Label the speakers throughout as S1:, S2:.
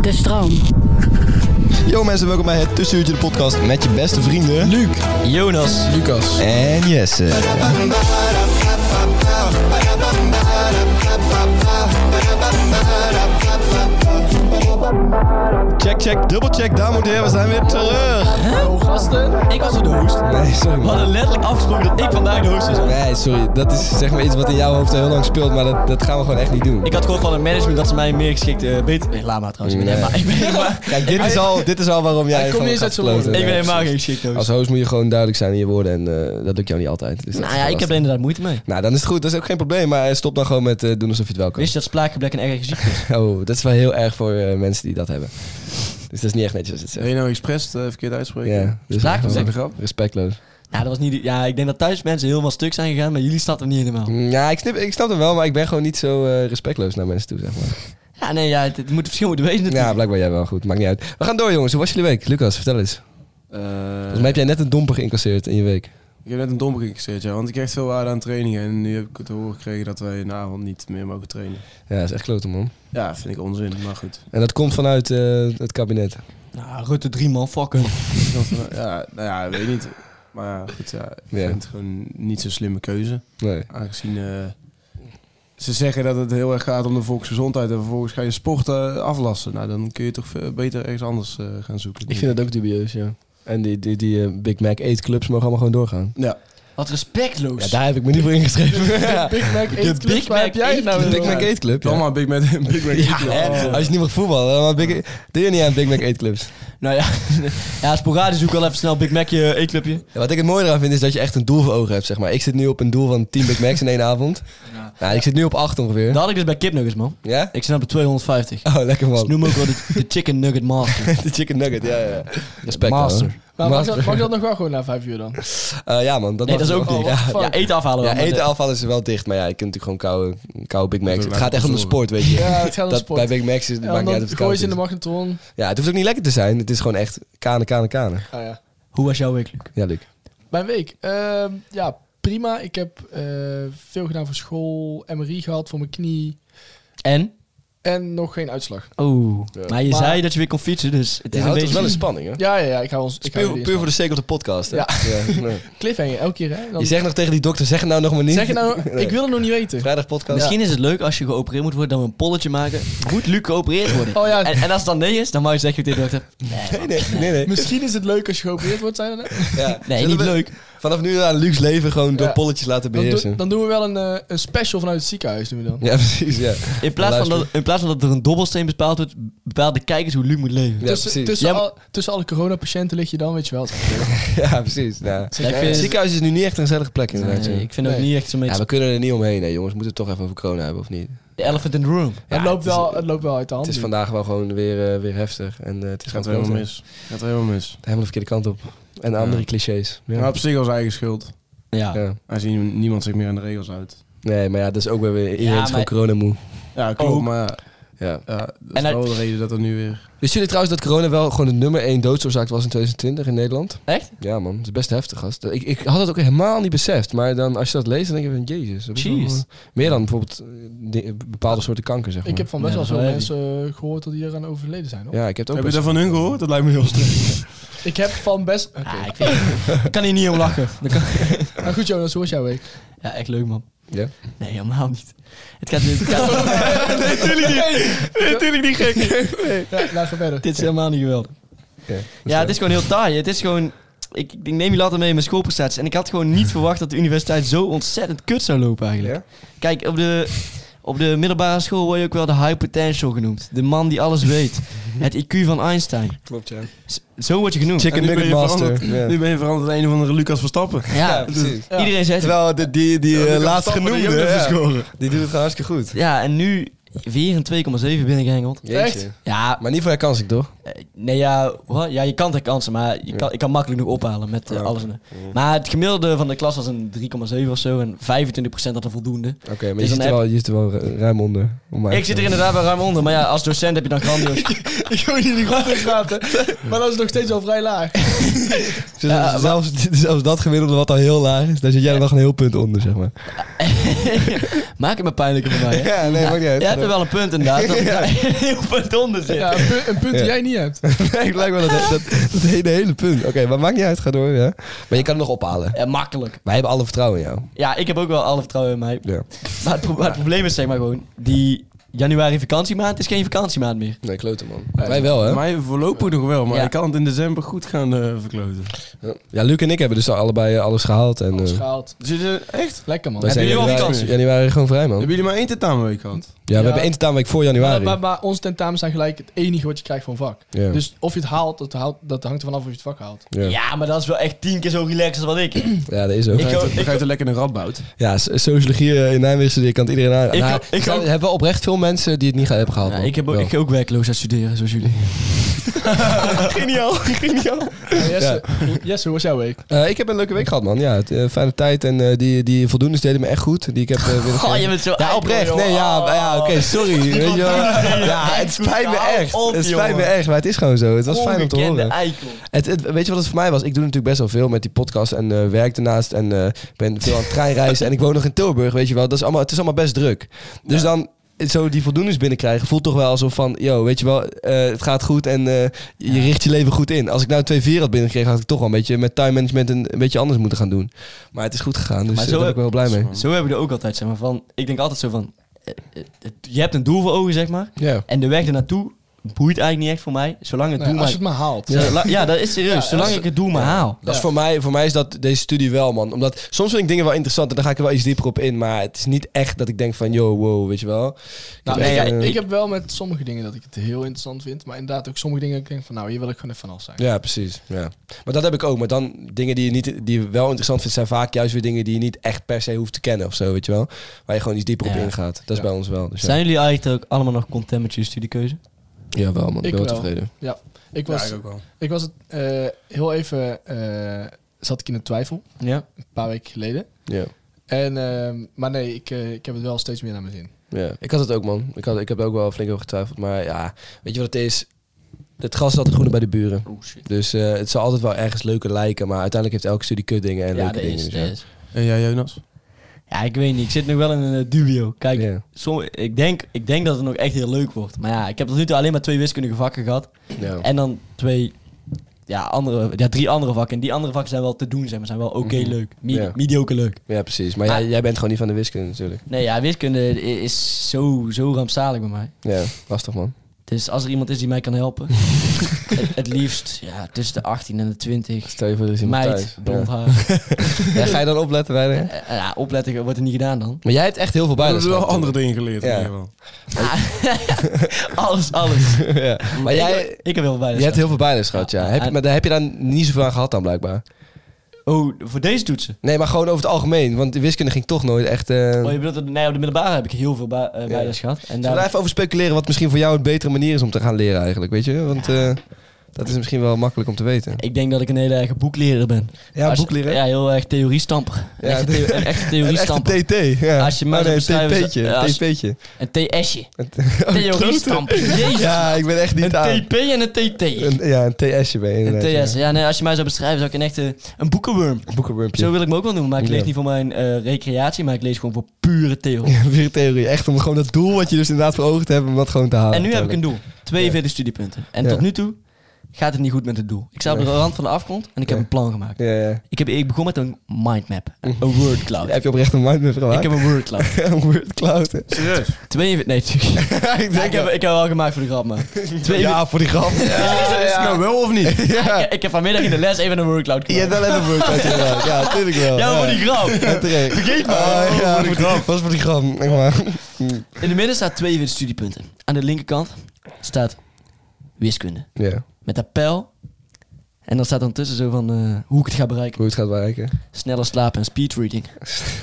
S1: De stroom.
S2: Yo mensen, welkom bij het Tussenuurtje de podcast met je beste vrienden... Luc, Jonas
S3: Lucas.
S2: en Jesse. Check, check, dubbelcheck, dames en heren, we zijn weer terug.
S3: Hallo Oh, gasten. Ik was de host.
S2: Nee, sorry
S3: We
S2: man.
S3: hadden letterlijk afgesproken dat ik vandaag de host zou zijn.
S2: Nee, sorry, dat is zeg maar iets wat in jouw hoofd al heel lang speelt, maar dat, dat gaan we gewoon echt niet doen.
S3: Ik had gewoon van het management dat ze mij meer geschikt... eh beter... Nee, laat maar trouwens. Ik ben
S2: Nee.
S3: helemaal, ik ben helemaal,
S2: Kijk, dit is al, dit is al waarom jij
S4: Hij komt
S2: gewoon
S4: niet
S2: gaat
S4: eens uit zijn
S2: kloten.
S3: ik ben
S2: Nee,
S3: helemaal
S2: precies.
S3: geen geschikt host.
S2: Als host moet je gewoon duidelijk zijn in je woorden en eh, dat lukt jou niet altijd. Dus dat
S3: nou
S2: is
S3: ja,
S2: wel
S3: ik heb er
S2: lastig.
S3: inderdaad moeite mee.
S2: Nou, dan is het goed, dat is ook geen probleem, maar eh, stop dan gewoon met eh, doen alsof je het wel kan.
S3: Wist je dat spraakgebrek een erg ziekte is?
S2: Oh, dat is wel heel erg voor eh, mensen die dat hebben. Dus dat is niet echt netjes als je het
S4: Wil
S2: zegt.
S4: je nou expres eh, verkeerd uitspreken?
S2: Ja, dus
S3: Spraak-
S2: gewoon
S4: Zeg de grap.
S2: respectloos.
S3: Nou, dat was niet... Ja, ik denk dat thuis mensen helemaal stuk zijn gegaan, maar jullie snapten het niet helemaal.
S2: Mm, Ja, ik snap, ik snap hem wel, maar ik ben gewoon niet zo eh, respectloos naar mensen toe, zeg maar.
S3: Ja, nee, ja, het, het moet het verschil moeten wezen natuurlijk.
S2: Ja, blijkbaar jij wel goed. Maakt niet uit. We gaan door, jongens. Hoe was jullie week? Lucas, vertel eens.
S4: Eh,
S2: Volgens mij heb jij net een domper geïncasseerd in je week.
S4: Ik heb net een domper geïncasseerd, ja, want ik kreeg veel waarde aan trainingen. En nu heb ik het te horen gekregen dat wij in de avond niet meer mogen trainen.
S2: Ja, dat is echt klote, man.
S4: Ja, vind ik onzin, maar goed.
S2: En dat komt vanuit eh, het kabinet.
S3: Nou, Rutte 3 man, fucking.
S4: ja, nou ja, weet niet. Maar goed, ja, ik
S2: Ja.
S4: vind het gewoon niet zo'n slimme keuze.
S2: Nee.
S4: Aangezien eh, ze zeggen dat het heel erg gaat om de volksgezondheid. En vervolgens ga je sport eh, aflasten. Nou, dan kun je toch veel beter ergens anders eh, gaan zoeken.
S2: Ik vind dat ook dubieus, ja. En die, die, die eh, Big Mac eat clubs mogen allemaal gewoon doorgaan.
S4: Ja,
S3: Wat respectloos.
S2: Ja, daar heb ik me niet voor ingeschreven. ja.
S4: Big Mac
S3: eet club, waar heb jij het nou
S2: De Big Mac eat club, ja.
S4: Dan maar Big Mac, Big Mac
S2: Ja,
S4: eet club.
S2: hè? als je niet mag voetballen, dan maar Big, doe je niet aan Big Mac eetclubs.
S3: Nou ja, ja, sporadisch doe ik wel even snel Big Macje, eh, eetclubje.
S2: Ja, wat ik het mooie eraan vind is dat je echt een doel voor ogen hebt, zeg maar. Ik zit nu op een doel van 10 Big Macs in één avond. Ja. ik zit nu op 8 ongeveer.
S3: Dat had ik dus bij kipnuggets, man.
S2: Ja?
S3: Ik snap op 250.
S2: Oh, lekker
S3: Ze
S2: man.
S3: noemen ook wel de, de chicken nugget master.
S2: De chicken nugget, ja, ja. Respect,
S3: Master.
S2: man.
S5: Maar mag
S2: Master.
S5: dat, mag dat nog wel gewoon na vijf uur dan?
S2: Eh, ja, man. Dat
S3: Nee,
S2: mag
S3: dat is ook
S2: wel.
S3: dicht.
S5: Oh,
S3: Ja,
S5: fuck.
S3: ja, eten afhalen.
S2: Ja,
S3: wel, maar
S2: eten
S3: dat-
S2: afval is wel dicht, maar ja, je kunt natuurlijk gewoon koude, koude Big Macs.
S4: Dat
S2: Het gaat echt om de
S4: lijkt me
S2: sport, weet je.
S5: Ja, het gaat om
S2: Dat
S5: sport.
S2: Bij Big Macs is- het
S5: Ja,
S2: maakt niet
S5: dan
S2: uit of het dus.
S5: gooi
S2: koud
S5: je ze in de
S2: is.
S5: magnetron.
S2: Ja, het hoeft ook niet lekker te zijn. Het is gewoon echt kanen, kanen, kanen.
S5: Ah, ja.
S3: Hoe was jouw week, Luc?
S2: Ja, Luc.
S5: Mijn week. Ehm, ja, prima. Ik heb eh, veel gedaan voor school, MRI gehad voor mijn knie
S3: En?
S5: en nog geen uitslag.
S3: Oh, maar je
S5: Maar-
S3: zei dat je weer kon fietsen, dus het
S2: Je
S3: is een
S2: houdt ons
S3: beetje...
S2: wel in spanning, hè?
S5: Ja, ja, ja. Ik hou ons.
S2: Het
S5: Ik
S2: is
S5: hou
S2: Puur,
S5: jullie
S2: puur
S5: in
S2: voor de sake of de podcast, hè?
S5: Ja.
S2: nee.
S5: stand. Cliffhanger, elke keer hè. Dan
S2: nou. Je zegt nog tegen die dokter, zeg het nou nog maar niet.
S5: zeg je nou, ik wil het nog niet weten.
S2: Vrijdag podcast.
S3: Misschien is het leuk als je geopereerd moet worden, dat we een polletje maken. Moet Luc geopereerd worden?
S5: Oh ja,
S3: En, en als het dan nee is, dan mag je zeggen tegen de dokter...
S2: Nee, nee, nee. nee.
S5: misschien is het leuk als je geopereerd wordt, zijn dat net?
S2: Ja.
S3: Nee,
S2: Zullen
S3: niet
S2: we
S3: leuk.
S2: Vanaf nu aan Lucs leven gewoon door
S5: Ja.
S2: polletjes laten
S5: Dan,
S2: beheersen.
S5: doe- dan doen we wel een, eh, een special vanuit het ziekenhuis. Doen we dan.
S2: Ja, precies, ja.
S3: In plaats, van
S2: Luister.
S3: dat, in plaats van dat er een dobbelsteen bepaald wordt, bepaalt de kijkers hoe Luc moet leven.
S2: Ja,
S5: tussen,
S2: precies.
S5: tussen,
S3: Ja, maar-
S5: al- tussen alle coronapatiënten lig je dan, weet je wel.
S2: Ja, precies. Ja.
S3: Ja, ik vind-
S2: Het ziekenhuis is nu niet echt een gezellige plek, inderdaad.
S3: Nee,
S2: eh, ja.
S3: ik vind ook
S5: Nee.
S3: niet echt zo'n
S2: Ja,
S3: beetje...
S2: we kunnen er niet omheen, hè, jongens. We moeten het toch even over corona hebben, of niet?
S3: de elephant in the room.
S2: Ja,
S5: het, loopt
S2: het is-
S5: wel, het loopt wel uit de hand.
S2: Het is
S5: nu.
S2: vandaag wel gewoon weer, eh, weer heftig. En eh, het is
S4: Gaat er
S2: gewoon
S4: helemaal
S2: kloten.
S4: mis. Gaat er helemaal mis.
S2: Helemaal de verkeerde kant op. En
S4: Ja.
S2: andere clichés. Ja.
S4: Maar op zich al zijn eigen schuld.
S3: Ja.
S2: Ja.
S4: Aangezien niemand zich meer aan de regels houdt.
S2: Nee, maar ja, dat is ook weer... weer- Iedereen
S3: Ja,
S2: is gewoon
S3: maar-
S2: coronamoe.
S4: Ja, klopt.
S3: Ook.
S4: Maar
S2: Ja.
S4: ja, dat
S3: En
S4: is
S3: hij-
S4: wel de reden dat er nu weer...
S2: Wisten jullie trouwens dat corona wel gewoon de nummer 1 doodsoorzaak was in 2020 in Nederland?
S3: Echt?
S2: Ja man, het is best heftig gast. Ik, ik had dat ook helemaal niet beseft. Maar dan, als je dat leest, dan denk je van jezus. dat is wel,
S3: Jeez.
S2: eh, Meer dan bijvoorbeeld eh, di- bepaalde soorten kanker zeg maar.
S5: Ik heb van best
S3: Ja,
S5: wel
S3: dat
S5: veel
S3: is wel
S5: mensen eh, gehoord dat die eraan overleden zijn. Hoor.
S2: Ja, ik heb het ook
S4: Heb je
S2: best-
S4: dat van hun gehoord? Dat lijkt me heel sterk.
S5: Ik heb van best... Oké.
S3: Ah, ik, vind, ik kan hier niet om lachen. Dat kan-
S5: Nou goed Jonas, hoe was jouw week?
S3: Ja, echt leuk man.
S2: Ja.
S3: Nee, helemaal niet. Het gaat, het gaat-
S5: nee, natuurlijk niet.
S3: natuurlijk niet gek.
S5: Ja, laten we verder.
S3: Dit is helemaal niet geweldig.
S2: Oké, dus
S3: Ja, het is gewoon heel taai. Het is gewoon... Ik, ik neem je later mee in mijn schoolprestaties. En ik had gewoon niet verwacht dat de universiteit zo ontzettend kut zou lopen eigenlijk.
S2: Ja?
S3: Kijk, op de, op de middelbare school word je ook wel de high potential genoemd. De man die alles weet. Het IQ van Einstein.
S2: Klopt, ja.
S3: Z- Zo word je genoemd.
S4: En
S2: Chicken
S4: nu ben
S2: Nugget
S4: je
S2: Master.
S4: veranderd-
S2: Ja.
S4: Nu ben je veranderd in een of andere Lucas Verstappen.
S3: Ja,
S2: Ja, precies.
S5: Ja.
S3: iedereen zegt...
S2: Terwijl de, die, die eh,
S4: Ja, Lucas
S2: laatst
S4: Verstappen, die
S2: genoemde,
S4: heeft
S2: ja,
S4: net gescoord.
S2: die doet het gewoon hartstikke goed.
S3: Ja, en nu weer een 2,7 binnengehengeld.
S2: Jeetje.
S3: Ja,
S2: Maar niet voor herkansing, toch?
S3: eh, nee, ja, wat? ja, je kan ter kansen, maar je kan, ik kan makkelijk nog ophalen met eh,
S2: Ja.
S3: alles. En, maar het gemiddelde van de klas was een 3,7 of zo en 25% had een voldoende.
S2: Oké, maar
S3: Dus
S2: je zit,
S3: dan
S2: er
S3: heb-
S2: wel, je zit er wel ru- ruim onder. om mij
S3: Ik
S2: te
S3: zit er
S2: zeggen.
S3: inderdaad wel ruim onder, maar ja, als docent heb je dan grandioos.
S5: Ik wil jullie goed in gaten. Maar dat is nog steeds al vrij laag.
S3: Ja,
S2: Zelfs, zelfs, zelfs dat gemiddelde wat al heel laag is, daar zit jij er nog een heel punt onder, zeg maar.
S3: Maak het me pijnlijker voor mij. Hè?
S2: Oh, Ja, nee, maakt niet uit.
S3: Je hebt er wel een punt inderdaad, dat er een heel punt onder zit.
S5: Ja, een, pu- een punt
S2: Ja.
S5: die jij niet hebt.
S2: Nee, blijkbaar dat, dat, dat, dat hele, hele punt. Oké, maar maakt niet uit, ga door. Ja. Maar je kan hem nog ophalen.
S3: Ja, makkelijk.
S2: Wij hebben alle vertrouwen in jou.
S3: Ja, ik heb ook wel alle vertrouwen in mij.
S2: Ja.
S3: Maar het, pro- maar het probleem is zeg maar gewoon, die januari vakantiemaand is geen vakantiemaand meer.
S2: Nee, klote man. Wij wel, hè?
S4: Mij voorlopig nog wel, maar
S3: Ja.
S4: ik kan het in december goed gaan eh, verkloten.
S2: Ja, Luc en ik hebben dus allebei eh, alles gehaald. En,
S5: Alles
S2: eh,
S5: gehaald.
S4: Dus je- echt?
S5: Lekker man.
S2: wij zijn
S3: jullie wel
S2: januari-
S3: vakantie?
S2: Januari gewoon vrij, man. Ja,
S4: Hebben jullie maar één tentamenweek gehad?
S2: we hebben één tentaamweek voor
S5: Maar,
S2: januari.
S5: maar, maar onze tentamens zijn gelijk het enige wat je krijgt van vak.
S2: Ja.
S5: Dus of je het haalt, dat, haalt, dat hangt ervan af of je het vak haalt.
S2: Ja. ja.
S3: Ja, maar dat is wel echt tien keer zo relaxed als wat ik.
S2: dat is ook.
S3: Ik
S4: Ik
S3: ook,
S4: begrijp dat er lekker een radboud.
S2: Ja, so- sociologie eh, in Nijmegen studeer kan het iedereen aan.
S3: Ik
S2: Nou,
S3: ook- ik
S2: er
S3: ook.
S2: hebben wel oprecht veel mensen die het niet ge- hebben gehaald.
S3: Ja,
S2: man.
S3: ik, heb, ook-
S2: Wel.
S3: ik ga ook werkloos aan studeren, zoals jullie. geniaal, geniaal.
S5: Maar Jesse, Jesse, hoe was jouw week?
S2: Eh, ik heb een leuke week gehad, man. Ja, het, eh, fijne tijd en eh, die, die voldoendes deden me echt goed. Die ik heb eh, willen
S3: Goh,
S2: geven.
S3: Oh, je bent zo
S2: Ja,
S3: eikel,
S2: oprecht.
S3: joh.
S2: Nee, ja,
S3: Oh.
S2: ja oké, sorry. Weet je wel. Ja, het spijt me
S3: Hou
S2: echt.
S3: op,
S2: Het spijt me
S3: jongen.
S2: echt, maar het is gewoon zo. Het was fijn om te
S3: Ongekende
S2: horen.
S3: eikel.
S2: Het, het- weet je wat het voor mij was? Ik doe natuurlijk best wel veel met die podcast en eh, werk daarnaast. En eh, ben veel aan het treinreizen. en ik woon nog in Tilburg, weet je wel. Dat is allemaal, het is allemaal best druk. Dus dan zo die voldoenings binnenkrijgen voelt toch wel alsof van... Yo, weet je wel, eh, het gaat goed en eh, je richt je leven goed in. Als ik nou twee vier had binnengekregen... had ik toch wel een beetje met time management een, een beetje anders moeten gaan doen. Maar het is goed gegaan, dus
S3: Maar
S2: eh,
S3: zo
S2: daar ben ik
S3: heb-
S2: wel blij mee.
S3: Zo heb ik er ook altijd, zeg maar, van... Ik denk altijd zo van... eh, eh, het- Je hebt een doel voor ogen, zeg maar.
S2: Ja.
S3: En de weg ernaartoe boeit eigenlijk niet echt voor mij. Zolang het
S5: Nee,
S3: doel
S5: Nou als
S3: maar...
S5: je het maar haalt.
S3: Ja, la- ja, dat is serieus. zolang ik het doel maar haal.
S2: Dat is voor, mij, voor mij is dat deze studie wel, man. Omdat soms vind ik dingen wel interessant en dan ga ik er wel iets dieper op in. Maar het is niet echt dat ik denk van, yo, wow, weet je wel. Ik
S5: Nou,
S2: heb
S5: ik,
S2: echt,
S5: ik-
S2: eh,
S5: ik heb wel met sommige dingen dat ik het heel interessant vind. Maar inderdaad ook sommige dingen dat ik denk van nou, hier wil ik gewoon even vanaf zijn.
S2: Ja, precies. Ja. Maar dat heb ik ook. Maar dan dingen die je, niet, die je wel interessant vindt, zijn vaak juist weer dingen die je niet echt per se hoeft te kennen of zo, weet je wel. Waar je gewoon iets dieper op
S3: Ja.
S2: ingaat. Dat is
S5: Ja.
S2: bij ons wel. Dus ja.
S3: Zijn jullie eigenlijk ook allemaal nog content met je studiekeuze?
S2: ja, wel man. Ik
S5: Ik
S2: ben wel
S5: wel.
S2: tevreden.
S5: Ik was,
S4: ook wel.
S5: ik was het eh, heel even, eh, zat ik in een twijfel,
S3: Ja.
S5: een paar weken geleden.
S2: Ja.
S5: En, ehm, maar nee, ik, eh, ik heb het wel steeds meer naar mijn zin.
S2: Ja. Ik had het ook man. Ik, had, ik heb ook wel flink over getwijfeld. Maar ja, weet je wat het is? Het gras is altijd groener bij de buren.
S3: Oh shit.
S2: Dus eh, het zal altijd wel ergens leuker lijken. Maar uiteindelijk heeft elke studie kutdingen en
S3: Ja,
S2: leuke
S3: dat
S2: dingen.
S3: is,
S2: dus ja.
S3: dat is.
S4: En jij, Jonas?
S3: Ja, ik weet niet. Ik zit nog wel in een eh, dubio. Kijk,
S2: Ja.
S3: som- ik, denk, ik denk dat het nog echt heel leuk wordt. Maar ja, ik heb tot nu toe alleen maar twee wiskundige vakken gehad.
S2: Ja.
S3: En dan twee, ja, andere, ja, drie andere vakken. En die andere vakken zijn wel te doen, zeg maar. Zijn wel oké leuk. Me-
S2: Mhm. Ja.
S3: Mediocre leuk.
S2: Ja, precies. Maar
S3: Maar-
S2: jij, jij bent gewoon niet van de wiskunde natuurlijk.
S3: Nee, ja, wiskunde i- is zo, zo rampzalig bij mij.
S2: Ja, lastig man.
S3: Dus als er iemand is die mij kan helpen, het, het liefst ja, tussen de 18 en de 20.
S2: Stel je voor, er is iemand
S3: Meid,
S2: thuis.
S3: blond haar.
S2: Ja. Ja, ga je dan opletten bij de...
S3: Eh, eh, ja, opletten wordt er niet gedaan dan.
S2: Maar jij hebt echt heel veel
S4: We
S2: bijles
S4: hebben wel
S2: gehad,
S4: andere dingen geleerd
S2: Ja.
S4: in ieder geval.
S3: Alles, alles.
S2: ja. Maar jij,
S3: Ik heb heel veel
S2: je hebt heel veel bijles gehad, ja.
S3: Ja,
S2: Heb, je-
S3: en-
S2: maar daar heb je daar niet zoveel aan gehad dan, blijkbaar.
S3: Oh, voor deze toetsen?
S2: Nee, maar gewoon over het algemeen. Want de wiskunde ging toch nooit echt... eh
S3: Oh, je bedoelt, dat- nee, op de middelbare heb ik heel veel bij, eh, bijles gehad. En
S2: Zullen we daar
S3: daar,
S2: even over speculeren wat misschien voor jou een betere manier is om te gaan leren eigenlijk, weet je? Want eh, dat is misschien wel makkelijk om te weten.
S3: ik denk dat ik een hele erge boekleraar ben. Als- Ja, heel erg theorie-stamper. Een,
S2: Ja,
S3: echte theo-
S2: de-
S3: een echte
S2: Een echte
S3: theorie-stamper.
S2: TT. Ja.
S3: Als je mij
S2: Oh, nee,
S3: zou beschrijven-
S2: een TP'tje.
S3: ja, als-
S2: Een TP'tje.
S3: Een TS'je.
S2: Een-
S3: Theorie-stamper. Jezus.
S2: Ja, ik ben echt
S3: een
S2: niet aan.
S3: TP en een TT. Een,
S2: Een- ja, een TS'je ben je inderdaad,
S3: TS. Ja, nee, als je mij zou beschrijven, zou ik een echte... Een boekenworm.
S2: ja. Boekenwurmpje.
S3: Zo wil ik me ook wel noemen. Maar ik lees
S2: Ja.
S3: niet voor mijn eh, recreatie, maar ik lees gewoon voor pure theorie.
S2: Weer theorie. Echt om gewoon dat doel wat je dus inderdaad voor ogen te hebben, om dat gewoon te halen.
S3: En nu heb ik
S2: uiteindelijk.
S3: een doel. 42 studiepunten. En
S2: Ja.
S3: tot nu toe gaat het niet goed met het doel. Ik sta op de
S2: Nee.
S3: rand van de afgrond en ik heb
S2: Ja.
S3: een plan gemaakt.
S2: Ja, ja.
S3: Ik, heb, ik begon met een mindmap. Een word cloud.
S2: Heb je oprecht een mindmap
S3: Oh. ik
S2: gemaakt?
S3: heb een word cloud.
S2: een word cloud. hè?
S4: Serieus?
S3: 42... Nee, natuurlijk. ik, heb, ik heb wel gemaakt voor de grap, maar... Twee,
S2: Ja, voor die grap.
S4: Ja, Is het nou wel of niet?
S3: ik, ik heb vanmiddag in de les even een word cloud
S2: Je hebt
S3: gemaakt.
S2: wel even een word cloud gemaakt. Ja, natuurlijk wel.
S3: Ja, maar voor die grap.
S2: Ja, terecht.
S3: Vergeet me. Oh,
S2: Ah, ja, voor die grap. Was voor die grap. Echt waar.
S3: In de midden staat 42 studiepunten. Aan de linkerkant staat wiskunde.
S2: Ja,
S3: Met dat pijl. En dan staat dan tussen zo van eh, hoe ik het ga bereiken.
S2: hoe het gaat bereiken.
S3: Sneller slapen en speedreading.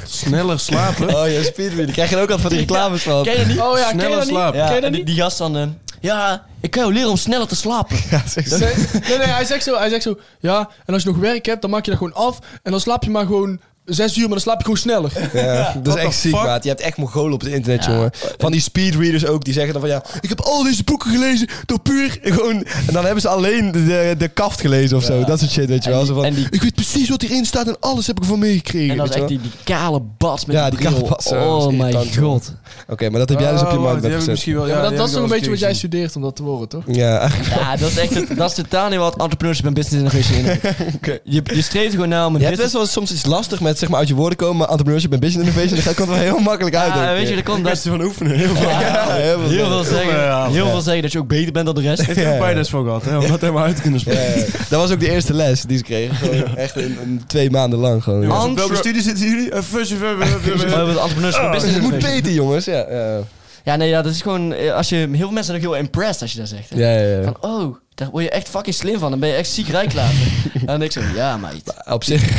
S4: Sneller slapen?
S2: Oh ja, speedreading. Krijg je ook altijd van die reclames van.
S3: Ken je dat niet?
S5: Oh ja, ken je
S4: Sneller
S5: dat niet?
S4: slapen.
S3: Ja,
S5: Ken je dat
S3: en die,
S5: niet?
S3: die gast dan... eh, ja, ik kan jou leren om sneller te slapen.
S5: Nee, nee, nee, hij zegt zo, hij zegt zo, ja, en als je nog werk hebt, dan maak je dat gewoon af en dan slaap je maar gewoon zes uur, maar dan slaap je gewoon sneller.
S2: Ja, dat
S4: What
S2: is
S4: the
S2: echt ziek,
S4: fuck?
S2: maat. Je hebt echt Mongolen op het internet,
S3: Ja.
S2: jongen. Van die speedreaders ook, die zeggen dan van... Ja, ik heb al deze boeken gelezen door puur... Gewoon, en dan hebben ze alleen de, de, de kaft gelezen of zo. Dat soort shit, weet je
S3: En
S2: wel.
S3: die-
S2: Zo van,
S3: en die-
S2: ik weet precies wat hierin staat en alles heb ik ervan meegekregen.
S3: En dan is
S2: weet je
S3: echt
S2: wel.
S3: die, die kale bas met
S2: Ja,
S3: die
S2: die kale
S3: bril.
S2: bas, ja, dat is
S3: Oh
S2: irritant,
S3: my
S2: joh.
S3: god.
S2: Oké, maar dat heb jij dus op je
S4: Oh,
S2: markt
S4: die heb ik
S2: gezet.
S4: misschien wel-
S5: Ja, maar dat,
S4: die
S5: dat
S4: heb
S5: is
S4: ik
S5: toch een
S4: wel
S5: beetje wat jij
S4: eens een
S5: studeert om dat te worden, toch?
S2: Ja, eigenlijk
S3: Ja, dat is echt het- dat is totaal niet wat entrepreneurship en business innovation inhoudt. Je, je streeft gewoon naar om een
S2: Je hebt
S3: business...
S2: best wel soms iets lastig met zeg maar uit je woorden komen, maar entrepreneurship en business innovation, daar komt er wel heel makkelijk uit.
S3: Ja,
S2: denk
S3: weet
S2: ik.
S3: je, er komt
S4: keer gezien.
S3: dat...
S4: Best van oefenen, heel veel.
S2: Ja, heel veel.
S3: Heel veel
S4: Ja.
S3: zeggen, heel veel zeggen dat je ook beter bent dan de rest.
S4: Heeft er ook bijles voor gehad, hè? Om dat helemaal uit te kunnen
S2: Ja,
S4: spelen.
S2: ja. Dat was ook de eerste les die ze kregen. Gewoon echt een, een- twee maanden lang gewoon. Ja.
S4: Jongens, op
S3: Antro-
S4: welke studie zitten jullie? Eh, fusie-
S3: Maar met entrepreneurship en business
S2: het moet
S3: innovation.
S2: beter, jongens. Ja, ja.
S3: Ja, nee, ja, dat is gewoon... eh, Als je, heel veel mensen zijn ook heel impressed als je dat zegt. hè.
S2: ja, ja, ja.
S3: Van, oh, daar word je echt fucking slim van. Dan ben je echt ziek rijk later. en dan denk ik zo, ja, meid.
S2: Op zich.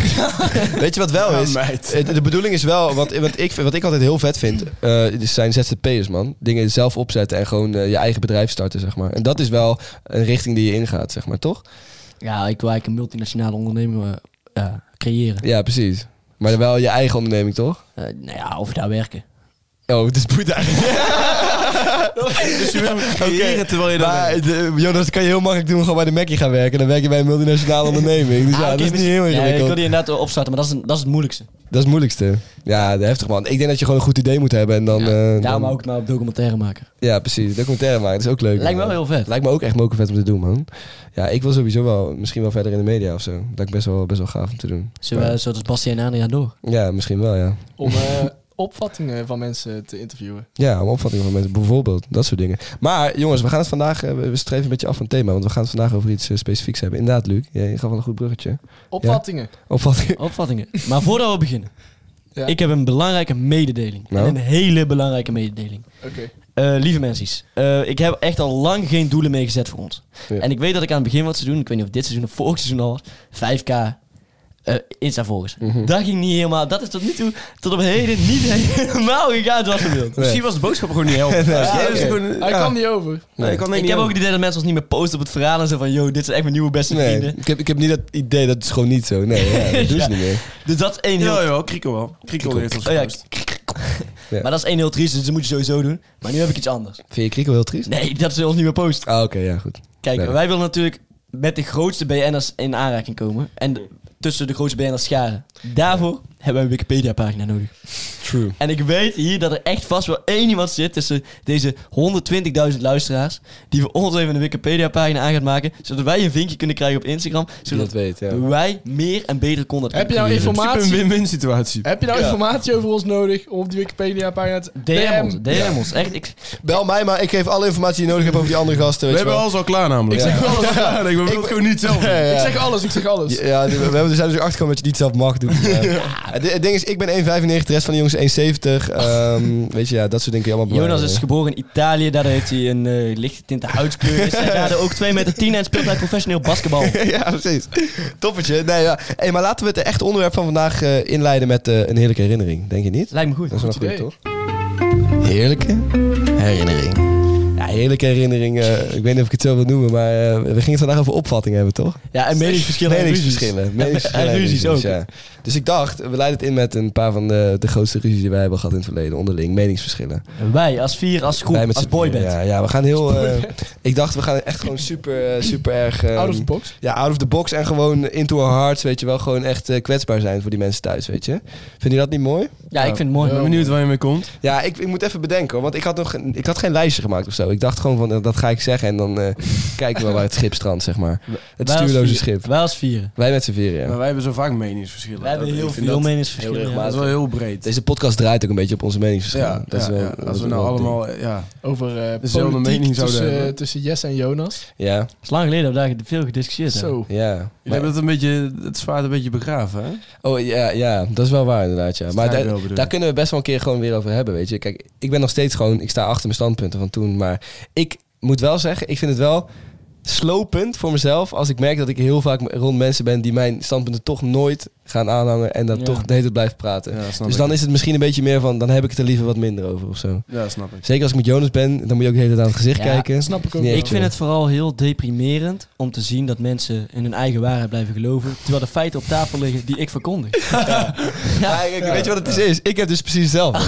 S2: Weet je wat wel is? Eh, De bedoeling is wel, want, want ik, vind- wat ik altijd heel vet vind, eh, dus zijn ZZP'ers, man. Dingen zelf opzetten en gewoon eh, je eigen bedrijf starten, zeg maar. En dat is wel een richting die je ingaat, zeg maar, toch?
S3: Ja, ik wil eigenlijk een multinationale onderneming eh, eh, creëren.
S2: Ja, precies. Maar wel je eigen onderneming, toch?
S3: Eh, nou ja, of daar werken.
S2: Oh, het is boeit eigenlijk.
S4: Dus je wil hem creëren terwijl je daar
S2: Maar
S4: bent.
S2: de- joh, dat kan je heel makkelijk doen. Gewoon bij de Mackie gaan werken. Dan werk je bij een multinationale onderneming. Dus
S3: Ah,
S2: ja,
S3: oké,
S2: dat is niet
S3: misschien-
S2: heel
S3: Ja, ik
S2: ingewikkeld.
S3: wil die inderdaad wel opstarten, maar dat is, een- dat is het moeilijkste.
S2: Dat is het moeilijkste. Ja, de heftig man. Ik denk dat je gewoon een goed idee moet hebben. En dan,
S3: Ja,
S2: eh,
S3: daarom
S2: dan-
S3: hou ik het maar op documentaire maken.
S2: Ja, precies. Documentaire maken. Dat is ook leuk.
S3: Lijkt me
S2: man.
S3: wel heel vet.
S2: Lijkt me ook echt mokervet om te doen, man. Ja, ik wil sowieso wel misschien wel verder in de media of zo. Dat lijkt best wel, best wel gaaf om te doen.
S3: Zullen we, zoals Bastiaan en Adriaan door?
S2: Ja, misschien wel, ja.
S5: Om eh, opvattingen van mensen te interviewen.
S2: Ja, om opvatting van mensen. Bijvoorbeeld, dat soort dingen. Maar jongens, we gaan het vandaag... eh, We we streven een beetje af van het thema. Want we gaan het vandaag over iets eh, specifieks hebben. Inderdaad, Luc. Je gaf wel een goed bruggetje.
S5: Opvattingen.
S2: Opvatting.
S3: Opvattingen. Maar voordat we beginnen.
S5: Ja.
S3: Ik heb een belangrijke mededeling.
S2: Nou?
S3: En een hele belangrijke mededeling.
S5: Oké.
S3: Eh, lieve mensen, eh, ik heb echt al lang geen doelen meer gezet voor ons.
S2: Ja.
S3: En ik weet dat ik aan het begin wat ze doen, ik weet niet of dit seizoen of vorig seizoen al was, 5k eh, Insta-volgers.
S2: Mhm.
S3: Dat ging niet helemaal, dat is tot nu toe, tot op heden niet helemaal gegaan zoals we wilden.
S2: Nee.
S4: Misschien was de boodschap gewoon niet helpen.
S2: Nee,
S4: Ja,
S2: oké.
S4: dat is gewoon-
S5: Hij
S4: ja.
S5: kwam niet over.
S4: Nee, ik kan
S3: Ik heb
S4: niet
S3: ook
S4: helpen.
S3: het idee dat mensen ons niet meer posten op het verhaal en zo van, yo, dit zijn echt mijn nieuwe beste
S2: Nee,
S3: vrienden.
S2: ik heb, ik heb niet dat idee, dat is gewoon niet zo. Nee, ja, dat doen ze
S3: Ja.
S2: niet meer.
S3: Dus dat is één heel...
S4: Ja, ja, Krikel wel. Krikel heeft ons
S3: Oh ja,
S4: gepost.
S2: Ja.
S3: Maar dat is één heel triest, dus dat moet je sowieso doen. Maar nu heb ik iets anders.
S2: Vind je Krikel heel triest?
S3: Nee, dat ze ons niet meer posten.
S2: Ah, oké, ja, goed.
S3: Kijk,
S2: Nee.
S3: wij willen natuurlijk met de grootste BN'ers in aanraking komen. En
S5: Mm.
S3: d- tussen de grootste BN'ers scharen. Daarvoor hebben we een Wikipedia-pagina nodig.
S2: True.
S3: En ik weet hier dat er echt vast wel één iemand zit tussen deze 120.000 luisteraars. Die voor ons even een Wikipedia-pagina aan gaat maken. Zodat wij een vinkje kunnen krijgen op Instagram. Zodat
S2: dat weet, ja.
S3: wij meer en beter content
S5: Heb je nou
S3: kunnen creëren.
S4: In principe
S5: informatie?
S4: een win-win situatie.
S5: Heb je nou informatie over ons nodig om op die Wikipedia-pagina te...
S3: DM ons, DM ons. Echt, ik,
S2: Bel mij maar, ik geef alle informatie die je nodig hebt over die andere gasten.
S4: We
S2: Weet je
S4: hebben
S2: wel.
S4: alles al klaar namelijk.
S2: Ik zeg
S4: Ja. alles al klaar. Ik wil
S2: Ik-
S4: het gewoon niet zelf.
S2: Ja, ja.
S5: Ik zeg alles, ik zeg alles.
S2: Ja, ja, we, we hebben- we zijn dus achter gekomen dat je het niet zelf mag doen. Ja. Het, het ding is, ik ben 1,95, de rest van de jongens is 1,70. ehm, weet je, ja, dat soort dingen kun je allemaal
S3: Jonas is
S2: belangrijk.
S3: geboren in Italië, daardoor heeft hij een eh lichte tinte huidskleur. Is hij daardoor ook 2 meter 10 en speelt hij professioneel basketbal.
S2: Ja, precies. Toppertje. Nee, ja. Hey, maar laten we het echt onderwerp van vandaag eh, inleiden met eh, een heerlijke herinnering. Denk je niet?
S3: Lijkt me goed.
S2: Dat is wel
S5: Goed
S2: goed, toch? Heerlijke herinnering. Ja, heerlijke herinnering. eh, ik weet niet of ik het zo wil noemen, maar eh, we gingen het vandaag over opvattingen hebben, toch?
S3: Ja, en meningsverschillen en ruzies.
S2: Meningsverschillen. Meningsverschillen
S3: En ruzies ook.
S2: ja. Dus ik dacht, we leiden het in met een paar van de, de grootste ruzies die wij hebben gehad in het verleden. Onderling, meningsverschillen.
S3: Wij als vier, als groep,
S2: Wij met
S3: als
S2: z'n-
S3: boyband.
S2: Ja, ja, we gaan heel... eh, ik dacht, we gaan echt gewoon super, eh, super erg... eh,
S5: Out of the box.
S2: ja, out of the box en gewoon into our hearts, weet je wel. Gewoon echt eh, kwetsbaar zijn voor die mensen thuis, weet je. Vind je dat niet mooi?
S3: Ja, ik vind het mooi.
S4: Ik ben benieuwd waar je mee komt.
S2: Ja, ik, ik moet even bedenken, hoor, want ik had, nog, geen- ik had geen lijstje gemaakt of zo. Ik dacht gewoon van, eh, dat ga ik zeggen en dan eh, kijken we wel waar het schip strandt, zeg maar. Het
S3: Wij als
S2: stuurloze
S3: vieren-
S2: schip.
S3: Wij als vieren.
S2: Wij met z'n vieren, ja.
S4: Maar wij hebben zo vaak meningsverschillen.
S3: Wij hebben
S4: Dat-
S3: heel
S4: ik vind
S3: veel
S4: dat-
S3: meningsverschillen.
S2: heel
S3: ja.
S4: Dat is wel heel breed.
S2: Deze podcast draait ook een beetje op onze meningsverschillen.
S4: ja,
S2: dat is wel,
S4: ja,
S2: dat
S4: als
S2: is
S4: we nou
S2: wel een ding.
S4: allemaal... Ja.
S5: Over eh
S4: Dezelfde
S5: politiek
S4: mening zouden
S5: tussen, eh,
S4: hebben.
S5: tussen Jesse en Jonas.
S2: Ja,
S3: Het is lang geleden dat we daar veel gediscussieerd hebben.
S5: Zo.
S2: ja.
S4: Jullie
S2: Maar-
S4: hebben het een beetje, het zwaard een beetje begraven, hè?
S2: oh ja, ja, dat is wel waar inderdaad, ja. Maar da-
S4: Strijdbel bedoel
S2: daar
S4: ik.
S2: kunnen we best wel een keer gewoon weer over hebben, weet je. Kijk, ik ben nog steeds gewoon, ik sta achter mijn standpunten van toen. Maar ik moet wel zeggen, ik vind het wel slopend voor mezelf als ik merk dat ik heel vaak rond mensen ben die mijn standpunten toch nooit gaan aanhangen en dat
S3: Ja.
S2: toch de hele tijd blijft praten.
S4: Ja, snap
S2: dus
S4: ik.
S2: dan is het misschien een beetje meer van, dan heb ik het er liever wat minder over of zo.
S4: Ja, snap ik.
S2: Zeker als ik met Jonas ben, dan moet je ook de hele tijd aan het gezicht
S3: Ja,
S2: kijken.
S5: Dat snap ik ook
S2: Nee,
S5: wel.
S2: Echt,
S3: Ik vind
S2: joh.
S3: het vooral heel deprimerend om te zien dat mensen in hun eigen waarheid blijven geloven, terwijl de feiten op tafel liggen die ik verkondig.
S2: Ja, kijk, weet je wat het is? is? Ik heb dus precies hetzelfde.